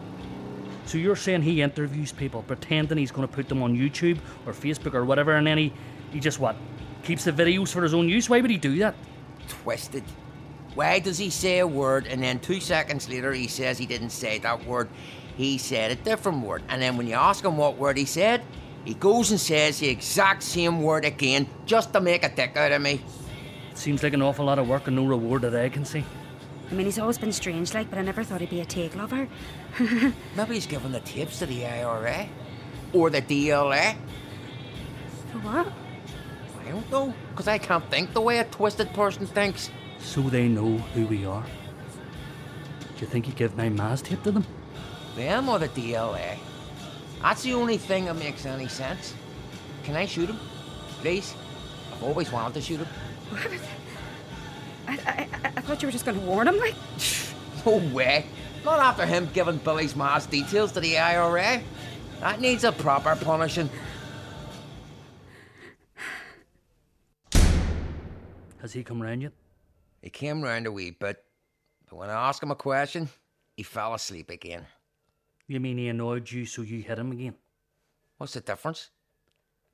[SPEAKER 4] So you're saying he interviews people, pretending he's going to put them on YouTube or Facebook or whatever, and then he, he just what? Keeps the videos for his own use? Why would he do that?
[SPEAKER 1] Twisted. Why does he say a word and then two seconds later he says he didn't say that word? He said a different word. And then when you ask him what word he said, he goes and says the exact same word again just to make a dick out of me.
[SPEAKER 4] It seems like an awful lot of work and no reward that I can see.
[SPEAKER 9] I mean, he's always been strange, like, but I never thought he'd be a take lover.
[SPEAKER 1] Maybe he's giving the tips to the IRA or the DLA.
[SPEAKER 9] For what?
[SPEAKER 1] I don't know, because I can't think the way a twisted person thinks.
[SPEAKER 4] So they know who we are. Do you think he gave my ma's tip to them?
[SPEAKER 1] Them or the DLA? That's the only thing that makes any sense. Can I shoot him? Please? I've always wanted to shoot him.
[SPEAKER 9] I, I, I- I thought you were just going to warn him, like.
[SPEAKER 1] No way. Not after him giving Billy's ma's details to the IRA. That needs a proper punishing.
[SPEAKER 4] Has he come round yet?
[SPEAKER 1] He came round a wee bit, but when I asked him a question, he fell asleep again.
[SPEAKER 4] You mean he annoyed you so you hit him again?
[SPEAKER 1] What's the difference?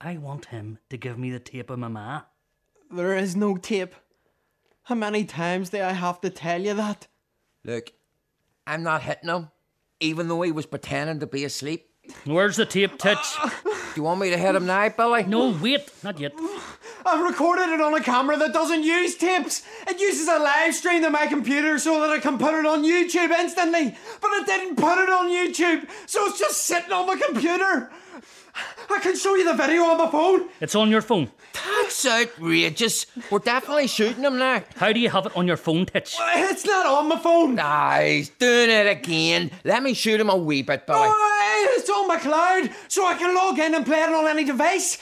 [SPEAKER 4] I want him to give me the tape of my ma.
[SPEAKER 7] There is no tape. How many times do I have to tell you that?
[SPEAKER 1] Look, I'm not hitting him, even though he was pretending to be asleep.
[SPEAKER 4] Where's the tape, Titch?
[SPEAKER 1] Do you want me to hit him now, Billy?
[SPEAKER 4] No, wait, not yet.
[SPEAKER 7] I've recorded it on a camera that doesn't use tapes. It uses a live stream to my computer so that I can put it on YouTube instantly. But it didn't put it on YouTube, so it's just sitting on my computer. I can show you the video on my phone.
[SPEAKER 4] It's on your phone.
[SPEAKER 1] That's outrageous. We're definitely shooting him now.
[SPEAKER 4] How do you have it on your phone, Titch?
[SPEAKER 7] It's not on my phone.
[SPEAKER 1] Ah, he's doing it again. Let me shoot him a wee bit, Billy.
[SPEAKER 7] Oh, It's on my cloud, so I can log in and play it on any device.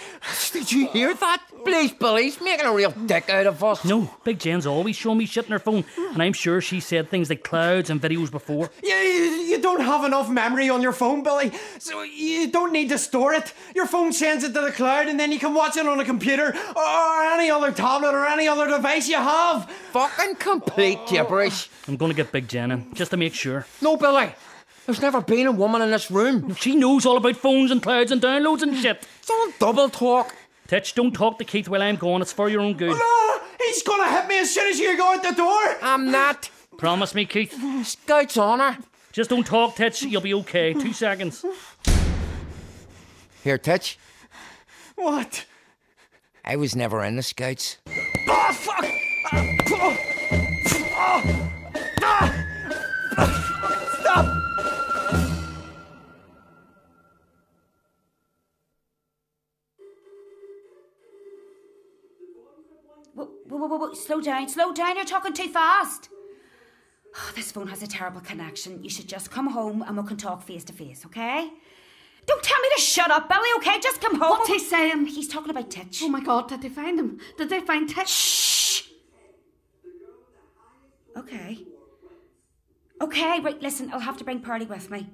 [SPEAKER 1] Did you hear that? Please, Billy, he's making a real dick out of us.
[SPEAKER 4] No, Big Jen's always showing me shit on her phone, and I'm sure she said things like clouds and videos before.
[SPEAKER 7] You, you don't have enough memory on your phone, Billy, so you don't need to store it. Your phone sends it to the cloud, and then you can watch it on a computer or any other tablet or any other device you have.
[SPEAKER 1] Fucking complete gibberish.
[SPEAKER 4] I'm gonna get Big Jen in, just to make sure.
[SPEAKER 1] No, Billy. There's never been a woman in this room.
[SPEAKER 4] She knows all about phones and clouds and downloads and shit.
[SPEAKER 1] It's all double talk.
[SPEAKER 4] Titch, don't talk to Keith while I'm gone, it's for your own good.
[SPEAKER 7] No, he's gonna hit me as soon as you go out the door.
[SPEAKER 1] I'm not.
[SPEAKER 4] Promise me, Keith.
[SPEAKER 1] Scout's honour.
[SPEAKER 4] Just don't talk, Titch, you'll be okay. Two seconds.
[SPEAKER 1] Here, Titch.
[SPEAKER 7] What?
[SPEAKER 1] I was never in the Scouts.
[SPEAKER 7] Oh, fuck! Ah, oh, oh, ah, ah, Stop!
[SPEAKER 9] Whoa, whoa, whoa, whoa, whoa, slow down, slow down, you're talking too fast. Oh, this phone has a terrible connection. You should just come home and we can talk face to face, okay? Don't tell me to shut up, Billy, okay? Just come home.
[SPEAKER 8] What's he saying?
[SPEAKER 9] He's talking about Titch.
[SPEAKER 8] Oh my god, did they find him? Did they find Titch?
[SPEAKER 9] Shh! Okay. Okay, right, listen, I'll have to bring Party with me.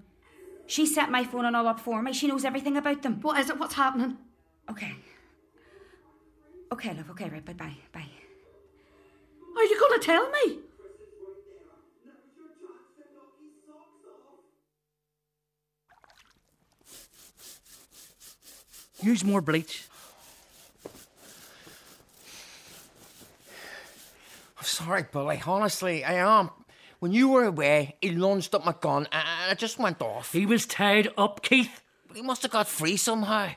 [SPEAKER 9] She set my phone and all up for me. She knows everything about them.
[SPEAKER 8] What is it? What's happening?
[SPEAKER 9] Okay. Okay, love, okay, right, bye bye, bye.
[SPEAKER 8] Are you going to tell me?
[SPEAKER 4] Use more bleach.
[SPEAKER 1] I'm sorry, Billy. Honestly, I am. When you were away, he lunged at my gun and and it just went off.
[SPEAKER 4] He was tied up, Keith.
[SPEAKER 1] He must have got free somehow.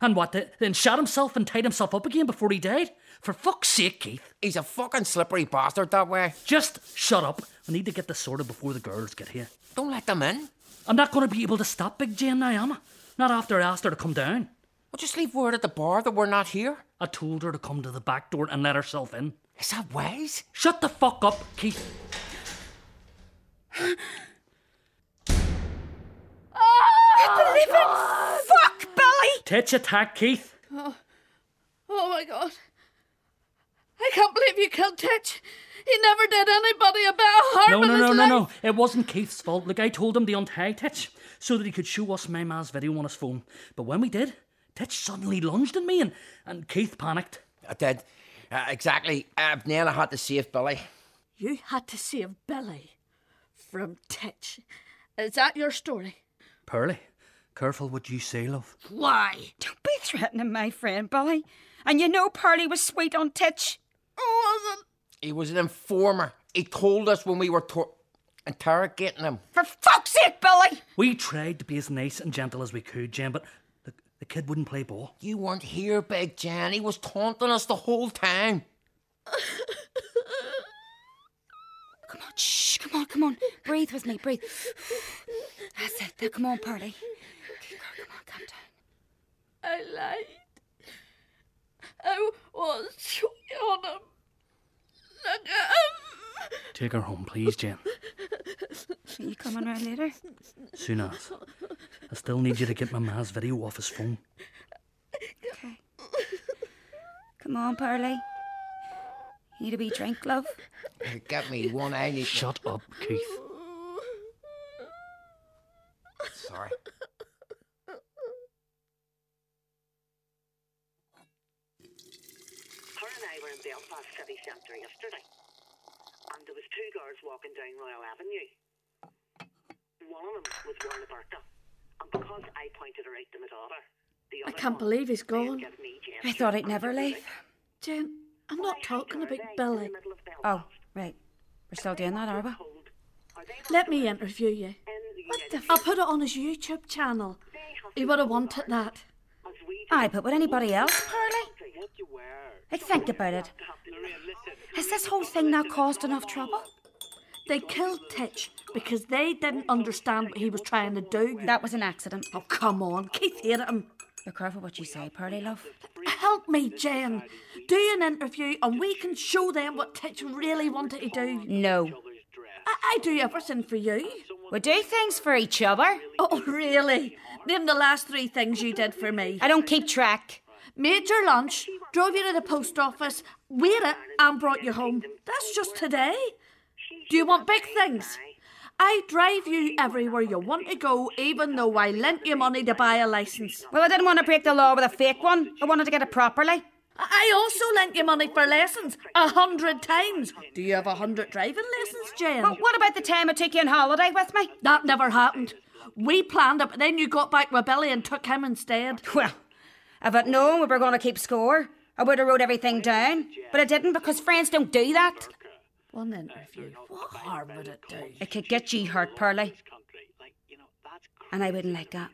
[SPEAKER 4] And what, th- then shot himself and tied himself up again before he died? For fuck's sake, Keith.
[SPEAKER 1] He's a fucking slippery bastard that way.
[SPEAKER 4] Just shut up. I need to get this sorted before the girls get here.
[SPEAKER 1] Don't let them in.
[SPEAKER 4] I'm not going to be able to stop Big Jane now, am I? Not after I asked her to come down.
[SPEAKER 1] Well, just leave word at the bar that we're not here.
[SPEAKER 4] I told her to come to the back door and let herself in.
[SPEAKER 1] Is that wise?
[SPEAKER 4] Shut the fuck up, Keith.
[SPEAKER 9] living fuck, Billy!
[SPEAKER 4] Titch attack, Keith.
[SPEAKER 8] Oh, oh my god. I can't believe you killed Titch. He never did anybody a bit of harm
[SPEAKER 4] No,
[SPEAKER 8] in
[SPEAKER 4] no,
[SPEAKER 8] his
[SPEAKER 4] no, no,
[SPEAKER 8] life.
[SPEAKER 4] no. It wasn't Keith's fault. Look, I told him to untie Titch so that he could show us my ma's video on his phone. But when we did, Titch suddenly lunged at me and, and Keith panicked.
[SPEAKER 1] I did. Uh, exactly. I've nearly had to save Billy.
[SPEAKER 8] You had to save Billy from Titch. Is that your story?
[SPEAKER 4] Pearly, careful what you say, love.
[SPEAKER 9] Why? Don't be threatening my friend, Billy. And you know Pearlie was sweet on Titch.
[SPEAKER 8] Oh, wasn't.
[SPEAKER 1] He was an informer. He told us when we were tor- interrogating him.
[SPEAKER 9] For fuck's sake, Billy!
[SPEAKER 4] We tried to be as nice and gentle as we could, Jen, but the, the kid wouldn't play ball.
[SPEAKER 1] You weren't here, Big Jan. He was taunting us the whole time.
[SPEAKER 9] Come on, shh, come on, come on. Breathe with me, breathe. That's it. Now, come on, Pearlie. Come on, calm down.
[SPEAKER 8] I lied. I was sweet on him. Look at him.
[SPEAKER 4] Take her home, please, Jen.
[SPEAKER 9] Are you coming around later?
[SPEAKER 4] Soon as. I still need you to get my ma's video off his phone.
[SPEAKER 9] Okay. Come on, Pearlie. Need a wee drink, love?
[SPEAKER 1] Here, Get me one. I need.
[SPEAKER 4] Shut up, Keith.
[SPEAKER 1] Sorry.
[SPEAKER 12] Her and I were in Belfast city centre yesterday, and there was two girls walking down Royal Avenue. One of them was wearing a burqa, and because I pointed her out to my daughter, the
[SPEAKER 8] I
[SPEAKER 12] other
[SPEAKER 8] can't
[SPEAKER 12] one
[SPEAKER 8] believe he's gone.
[SPEAKER 12] gave me Jane.
[SPEAKER 9] I thought I'd never leave.
[SPEAKER 8] Jen, I'm not talking about Billy.
[SPEAKER 9] Oh, right. We're still doing that, are we?
[SPEAKER 8] Let me interview you. I'll put it on his YouTube channel. He would have wanted that.
[SPEAKER 9] Aye, but would anybody else, Pearlie? I think about it. Has this whole thing now caused enough trouble?
[SPEAKER 8] They killed Titch because they didn't understand what he was trying to do.
[SPEAKER 9] That was an accident.
[SPEAKER 8] Oh, come on. Keith hated him.
[SPEAKER 9] Be careful what you say, Pearlie, love.
[SPEAKER 8] Help me, Jen. Do an interview and we can show them what Titch really wanted to do.
[SPEAKER 9] No.
[SPEAKER 8] I, I do everything for you.
[SPEAKER 9] We do things for each other.
[SPEAKER 8] Oh, really? Name the last three things you did for me.
[SPEAKER 9] I don't keep track.
[SPEAKER 8] Made your lunch, drove you to the post office, weighed it, and brought you home. That's just today. Do you want big things? I drive you everywhere you want to go, even though I lent you money to buy a license.
[SPEAKER 9] Well, I didn't want to break the law with a fake one. I wanted to get it properly.
[SPEAKER 8] I also lent you money for lessons a hundred times. Do you have a hundred driving lessons, Jen?
[SPEAKER 9] Well, what about the time I took you on holiday with me?
[SPEAKER 8] that never happened. We planned it, but then you got back with Billy and took him instead.
[SPEAKER 9] Well, if I'd known we were going to keep score, I would have wrote everything down. But I didn't because friends don't do that.
[SPEAKER 8] One interview. What harm would it do?
[SPEAKER 9] It could get you hurt, Pearlie. And I wouldn't like that.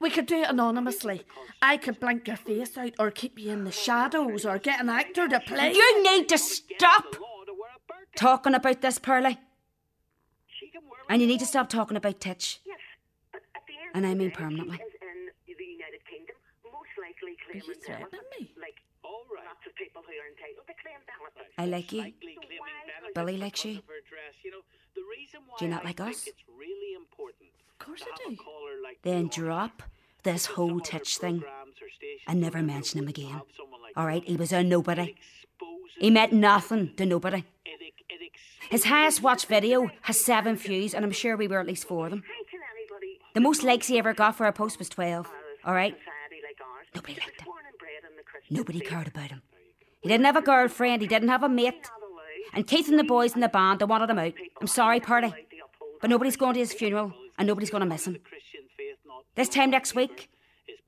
[SPEAKER 8] We could do it anonymously. I could blank your face out, or keep you in the shadows, or get an actor to play.
[SPEAKER 9] You need to stop talking about this, Pearlie. And you need to stop talking about Titch. And I mean permanently.
[SPEAKER 12] Is in the United Kingdom, most likely
[SPEAKER 8] Are you
[SPEAKER 12] claiming
[SPEAKER 8] threatening me?
[SPEAKER 12] like lots of people who are entitled to claim benefits.
[SPEAKER 9] I like you. Billy likes you. Do you not like us?
[SPEAKER 8] Of course I do.
[SPEAKER 9] Then drop this whole Titch thing and never mention him again. All right, he was a nobody. He meant nothing to nobody. His highest watched video has seven views, and I'm sure we were at least four of them. The most likes he ever got for a post was 12. All right? Nobody liked him. Nobody cared about him. He didn't have a girlfriend, he didn't have a mate. And Keith and the boys in the band, they wanted him out. I'm sorry, Party. But nobody's going to his funeral, and nobody's going to miss him. This time next week,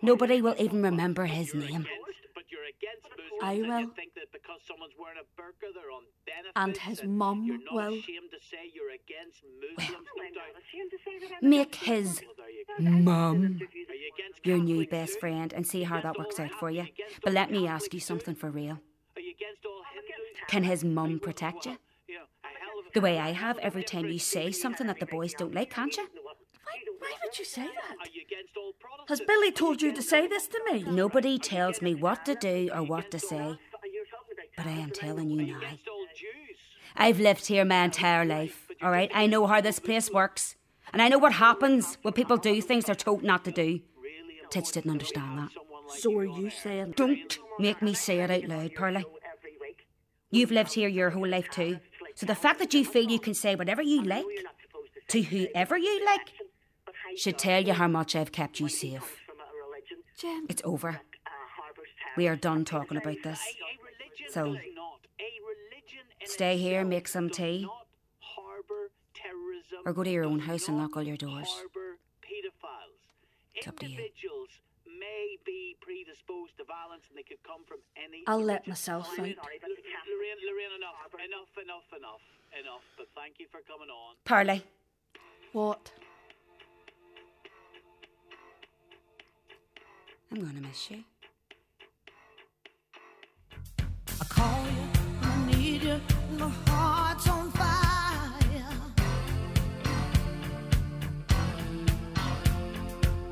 [SPEAKER 9] nobody will even remember his name.
[SPEAKER 8] I will. And his mum will.
[SPEAKER 9] Make his mum your new best friend and see how that works out for you. But let me ask you something for real. Can his mum protect you? The way I have every time you say something that the boys don't like, can't you?
[SPEAKER 8] Why, why would you say that? Has Billy told you to say this to me?
[SPEAKER 9] Nobody tells me what to do or what to say, but I am telling you now. I've lived here my entire life, all right? I know how this place works, And I know what happens when people do things they're told not to do. Titch didn't understand that.
[SPEAKER 8] So are you saying?
[SPEAKER 9] Don't make me say it out loud, Pearlie. You've lived here your whole life too. So the fact that you feel you can say whatever you like to whoever you like should tell you how much I've kept you safe.
[SPEAKER 8] Jen,
[SPEAKER 9] It's over. We are done talking about this. So stay here, make some tea, or go to your own house and lock all your doors. It's up to you.
[SPEAKER 8] I'll let myself out.
[SPEAKER 9] Parley.
[SPEAKER 8] What?
[SPEAKER 9] I'm going to miss you.
[SPEAKER 13] I call you, I need you, my heart's on fire.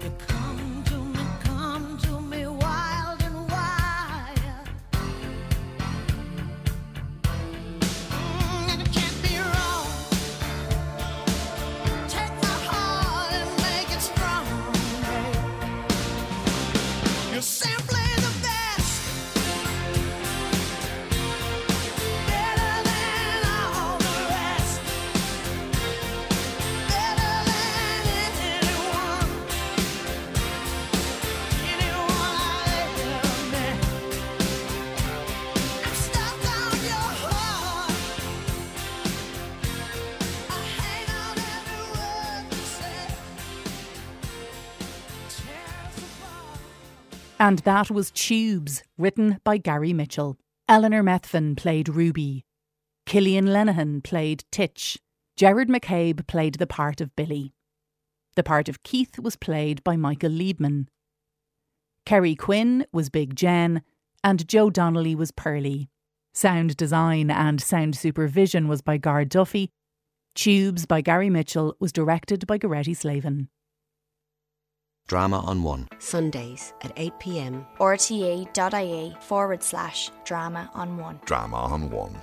[SPEAKER 13] You come to me, come to me wild and wild. Mm, and it can't be wrong. Take my heart and make it strong, babe. You're simply the best.
[SPEAKER 5] And that was Tubes, written by Gary Mitchell. Eleanor Methven played Ruby. Killian Lenihan played Titch. Gerard McCabe played the part of Billy. The part of Keith was played by Michael Liebman. Kerry Quinn was Big Jen, and Joe Donnelly was Pearly. Sound design and sound supervision was by Gar Duffy. Tubes by Gary Mitchell was directed by Goretti Slavin.
[SPEAKER 14] Drama on One.
[SPEAKER 2] Sundays at 8pm.
[SPEAKER 3] rte.ie forward slash drama on one.
[SPEAKER 14] Drama on One.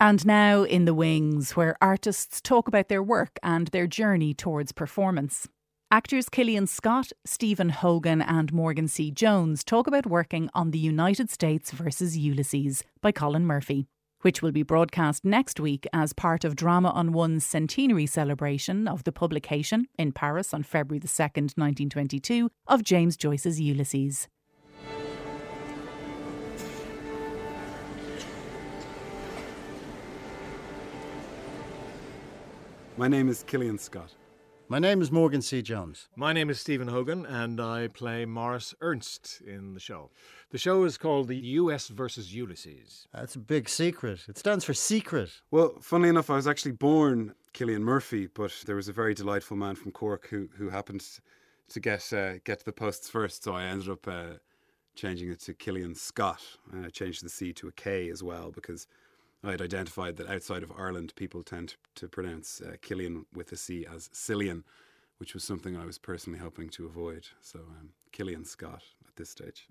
[SPEAKER 5] And now in the wings, where artists talk about their work and their journey towards performance. Actors Killian Scott, Stephen Hogan, and Morgan C. Jones talk about working on The United States versus Ulysses by Colin Murphy, which will be broadcast next week as part of Drama on One's centenary celebration of the publication in Paris on February the 2nd, 1922, of James Joyce's Ulysses.
[SPEAKER 15] My name is Killian Scott.
[SPEAKER 16] My name is Morgan C. Jones.
[SPEAKER 17] My name is Stephen Hogan, and I play Morris Ernst in the show. The show is called The US versus Ulysses.
[SPEAKER 16] That's a big secret. It stands for secret.
[SPEAKER 15] Well, funnily enough, I was actually born Killian Murphy, but there was a very delightful man from Cork who, who happened to get uh, get to the posts first, so I ended up uh, changing it to Killian Scott. And I changed the C to a K as well because I had identified that outside of Ireland, people tend to, to pronounce uh, Killian with a C as Cillian, which was something I was personally hoping to avoid. So um, Killian Scott at this stage.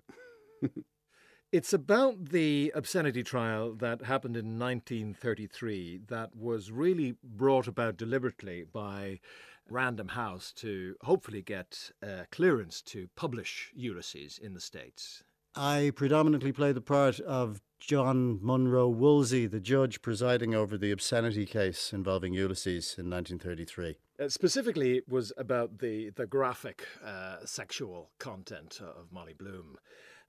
[SPEAKER 17] It's about the obscenity trial that happened in 1933 that was really brought about deliberately by Random House to hopefully get uh, clearance to publish Ulysses in the States.
[SPEAKER 16] I predominantly play the part of John Munro Woolsey, the judge presiding over the obscenity case involving Ulysses in 1933.
[SPEAKER 17] Uh, specifically, it was about the, the graphic uh, sexual content of Molly Bloom.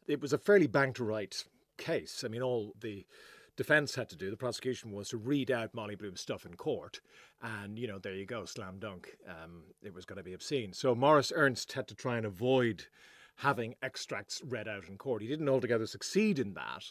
[SPEAKER 17] It was a fairly bang to right case. I mean, all the defense had to do, the prosecution was to read out Molly Bloom's stuff in court. And, you know, there you go, slam dunk. Um, it was going to be obscene. So Morris Ernst had to try and avoid having extracts read out in court. He didn't altogether succeed in that.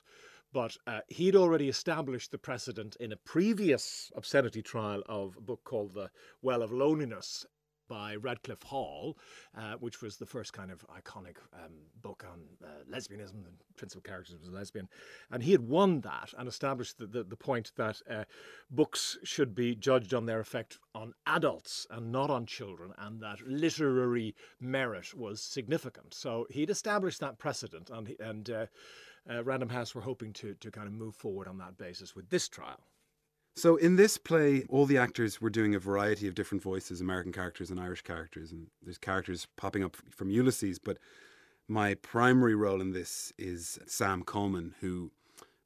[SPEAKER 17] But uh, he'd already established the precedent in a previous obscenity trial of a book called The Well of Loneliness by Radcliffe Hall, uh, which was the first kind of iconic um, book on uh, lesbianism. The principal character was a lesbian. And he had won that and established the, the, the point that uh, books should be judged on their effect on adults and not on children, and that literary merit was significant. So he'd established that precedent, and, he- and uh, uh, Random House were hoping to, to kind of move forward on that basis with this trial.
[SPEAKER 15] So in this play, all the actors were doing a variety of different voices, American characters and Irish characters, and there's characters popping up from Ulysses. But my primary role in this is Sam Coleman, who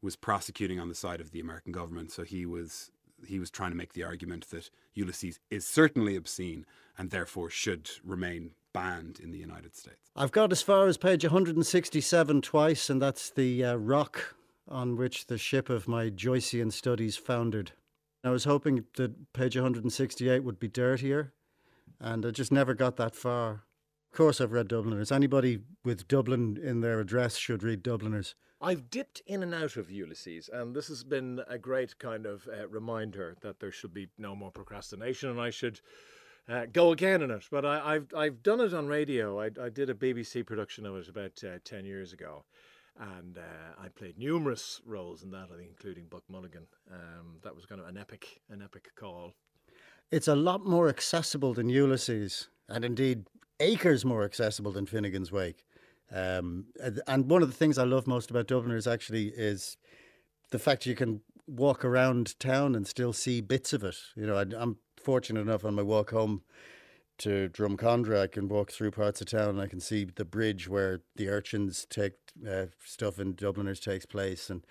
[SPEAKER 15] was prosecuting on the side of the American government. So he was he was trying to make the argument that Ulysses is certainly obscene and therefore should remain banned in the United States.
[SPEAKER 16] I've got as far as page 167 twice, and that's the uh, rock on which the ship of my Joycean studies foundered. I was hoping that page 168 would be dirtier, and I just never got that far. Of course, I've read Dubliners. Anybody with Dublin in their address should read Dubliners.
[SPEAKER 17] I've dipped in and out of Ulysses, and this has been a great kind of uh, reminder that there should be no more procrastination, and I should uh, go again in it. But I, I've I've done it on radio. I, I did a BBC production of it about uh, ten years ago, and uh, I played numerous roles in that. I think including Buck Mulligan. Um, that was kind of an epic an epic call.
[SPEAKER 16] It's a lot more accessible than Ulysses, and indeed acres more accessible than Finnegan's Wake. Um, and- and one of the things I love most about Dubliners actually is the fact you can walk around town and still see bits of it. You know, I, I'm fortunate enough on my walk home to Drumcondra, I can walk through parts of town and I can see the bridge where the urchins take uh, stuff in Dubliners takes place and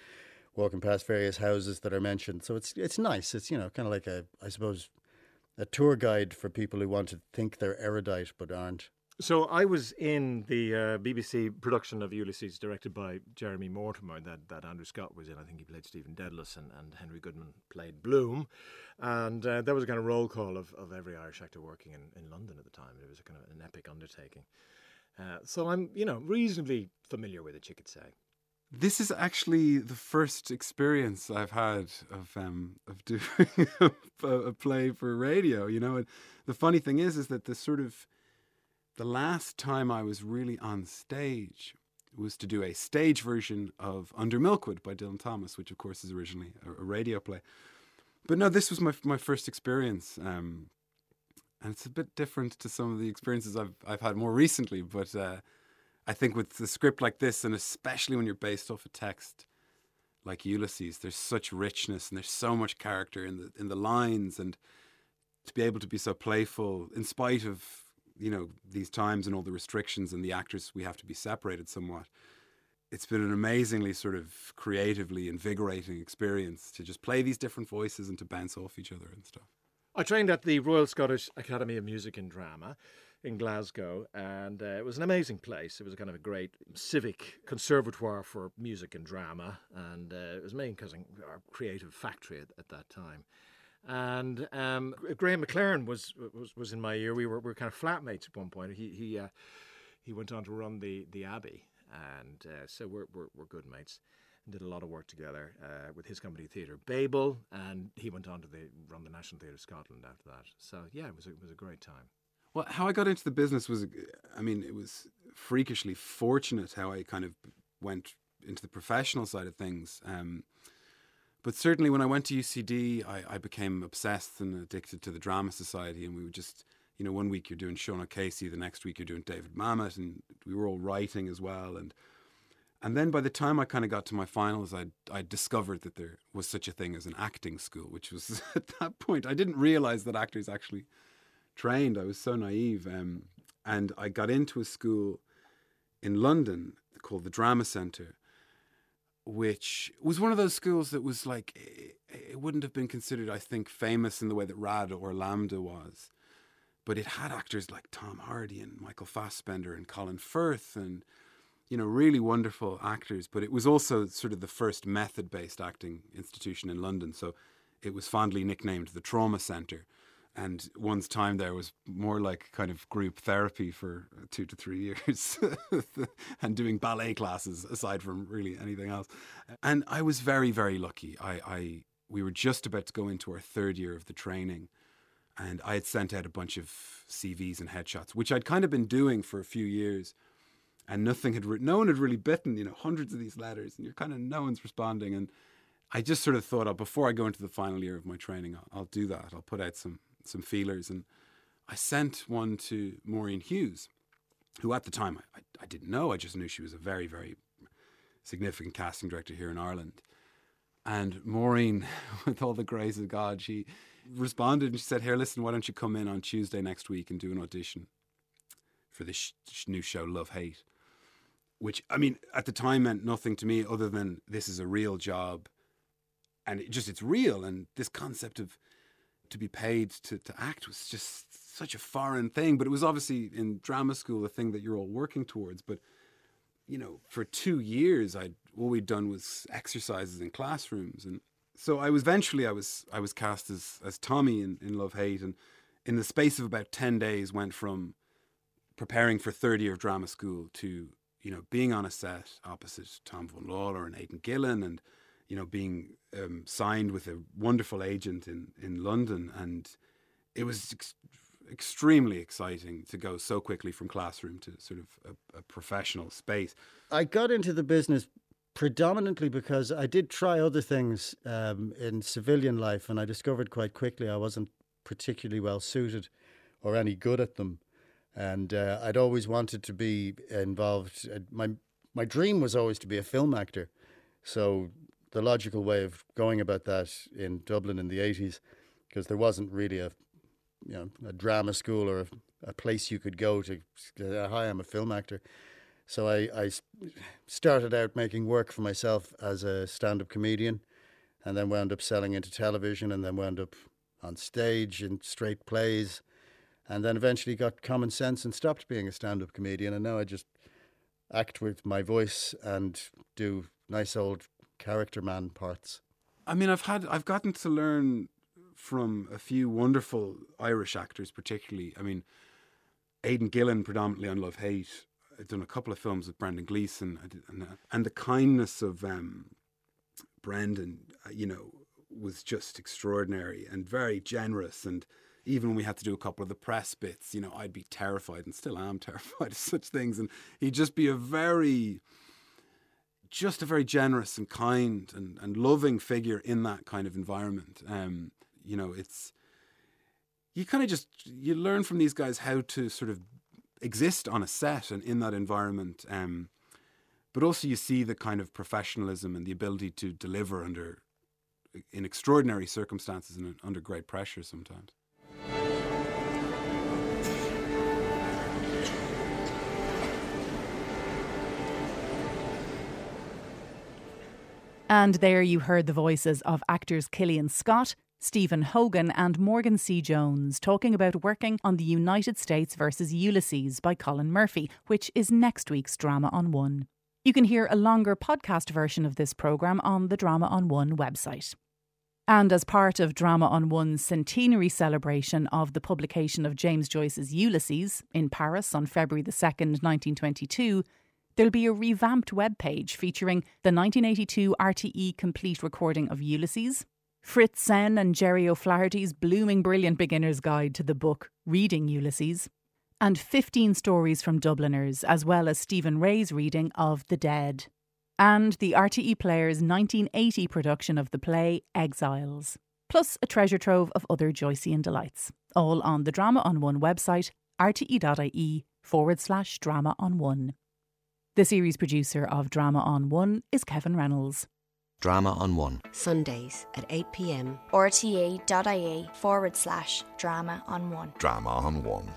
[SPEAKER 16] walking past various houses that are mentioned. So it's it's nice. It's you know kind of like a I suppose a tour guide for people who want to think they're erudite but aren't.
[SPEAKER 17] So I was in the uh, BBC production of Ulysses, directed by Jeremy Mortimer, that, that Andrew Scott was in. I think he played Stephen Dedalus, and, and Henry Goodman played Bloom. And uh, there was a kind of roll call of, of every Irish actor working in, in London at the time. It was a kind of an epic undertaking. Uh, so I'm, you know, reasonably familiar with it, you could say.
[SPEAKER 15] This is actually the first experience I've had of um, of doing a, a play for radio. You know, and the funny thing is, is that the sort of the last time I was really on stage was to do a stage version of Under Milkwood by Dylan Thomas, which of course is originally a, a radio play. But no, this was my my first experience, um, and it's a bit different to some of the experiences I've I've had more recently. But uh, I think with the script like this, and especially when you're based off a text like Ulysses, there's such richness and there's so much character in the in the lines, and to be able to be so playful in spite of you know these times and all the restrictions and the actors, we have to be separated somewhat. It's been an amazingly sort of creatively invigorating experience to just play these different voices and to bounce off each other and stuff.
[SPEAKER 17] I trained at the Royal Scottish Academy of Music and Drama in Glasgow, and uh, it was an amazing place. It was a kind of a great civic conservatoire for music and drama, and uh, it was main cousin our creative factory at, at that time. And um, Gra- Graham McLaren was, was was in my ear. We were, we were kind of flatmates at one point. He he uh, he went on to run the the Abbey, and uh, so we're, we're we're good mates. And did a lot of work together uh, with his company, Theatre Babel, and he went on to the, run the National Theatre of Scotland after that. So yeah, it was a, it was a great time.
[SPEAKER 15] Well, how I got into the business was, I mean, it was freakishly fortunate how I kind of went into the professional side of things. Um, but certainly when I went to UCD, I, I became obsessed and addicted to the Drama Society. And we would just, you know, one week you're doing Sean O'Casey, the next week you're doing David Mamet. And we were all writing as well. And and then by the time I kind of got to my finals, I I discovered that there was such a thing as an acting school, which was at that point I didn't realize that actors actually trained. I was so naive, um, and I got into a school in London called the Drama Centre, which was one of those schools that was like i- it wouldn't have been considered, I think, famous in the way that RAD or Lambda was, but it had actors like Tom Hardy and Michael Fassbender and Colin Firth and you know really wonderful actors. But it was also sort of the first method-based acting institution in London, so it was fondly nicknamed the Trauma Centre and one's time there was more like kind of group therapy for uh, two to three years and doing ballet classes aside from really anything else and i was very very lucky I, I we were just about to go into our third year of the training and i had sent out a bunch of cvs and headshots which i'd kind of been doing for a few years and nothing had re- no one had really bitten you know hundreds of these letters and you're kind of no one's responding and I just sort of thought, oh, before I go into the final year of my training, I'll, I'll do that. I'll put out some some feelers, and I sent one to Maureen Hughes, who at the time I, I, I didn't know. I just knew she was a very very significant casting director here in Ireland, And Maureen, with all the grace of God, she responded and she said, Here, listen, why don't you come in on Tuesday next week and do an audition for this sh- sh- new show, Love Hate? Which, I mean, at the time meant nothing to me other than this is a real job. And it just, it's real. And this concept of to be paid to, to act was just such a foreign thing. But it was obviously in drama school a thing that you're all working towards. But you know, for two years, I all we'd done was exercises in classrooms, and so I was eventually I was I was cast as as Tommy in, in Love Hate, and in the space of about ten days, went from preparing for third year of drama school to you know being on a set opposite Tom von Lawler and Aidan Gillen, and you know being um, signed with a wonderful agent in in London, and it was ex- extremely exciting to go so quickly from classroom to sort of a, a professional space.
[SPEAKER 16] I got into the business predominantly because I did try other things um, in civilian life, and I discovered quite quickly I wasn't particularly well suited or any good at them. And uh, I'd always wanted to be involved. uh, My my dream was always to be a film actor, so the logical way of going about that in Dublin in the eighties, because there wasn't really a you know a drama school or a, a place you could go to. uh, Hi, I'm a film actor. So I, I s- started out making work for myself as a stand-up comedian, and then wound up selling into television, and then wound up on stage in straight plays, and then eventually got common sense and stopped being a stand-up comedian, and now I just act with my voice and do nice old character man parts.
[SPEAKER 15] I mean, I've had I've gotten to learn from a few wonderful Irish actors, particularly. I mean, Aidan Gillen predominantly on Love Hate. I've done a couple of films with Brendan Gleeson, I did- and, uh, and the kindness of um, Brendan, uh, you know, was just extraordinary and very generous. And even when we had to do a couple of the press bits, you know, I'd be terrified and still am terrified of such things. And he'd just be a very just a very generous and kind and, and loving figure in that kind of environment. Um, you know, it's you kind of just you learn from these guys how to sort of exist on a set and in that environment. Um, but also you see the kind of professionalism and the ability to deliver under in extraordinary circumstances and under great pressure sometimes.
[SPEAKER 5] And there you heard the voices of actors Killian Scott, Stephen Hogan, and Morgan C. Jones talking about working on the United States versus Ulysses by Colin Murphy, which is next week's Drama on One. You can hear a longer podcast version of this programme on the Drama on One website. And as part of Drama on One's centenary celebration of the publication of James Joyce's Ulysses in Paris on February the 2nd, 1922, there'll be a revamped webpage featuring the 1982 RTE E complete recording of Ulysses, Fritz Sen and Jerry O'Flaherty's blooming brilliant beginner's guide to the book Reading Ulysses, and 15 stories from Dubliners, as well as Stephen Ray's reading of The Dead, and the RTE Player's 1980 production of the play Exiles, plus a treasure trove of other Joycean delights, all on the Drama on One website, E rte.ie forward slash drama on one. The series producer of Drama on One is Kevin Reynolds.
[SPEAKER 14] Drama on One.
[SPEAKER 2] Sundays at 8 pm.
[SPEAKER 3] rte.ie forward slash drama on one.
[SPEAKER 14] Drama on One.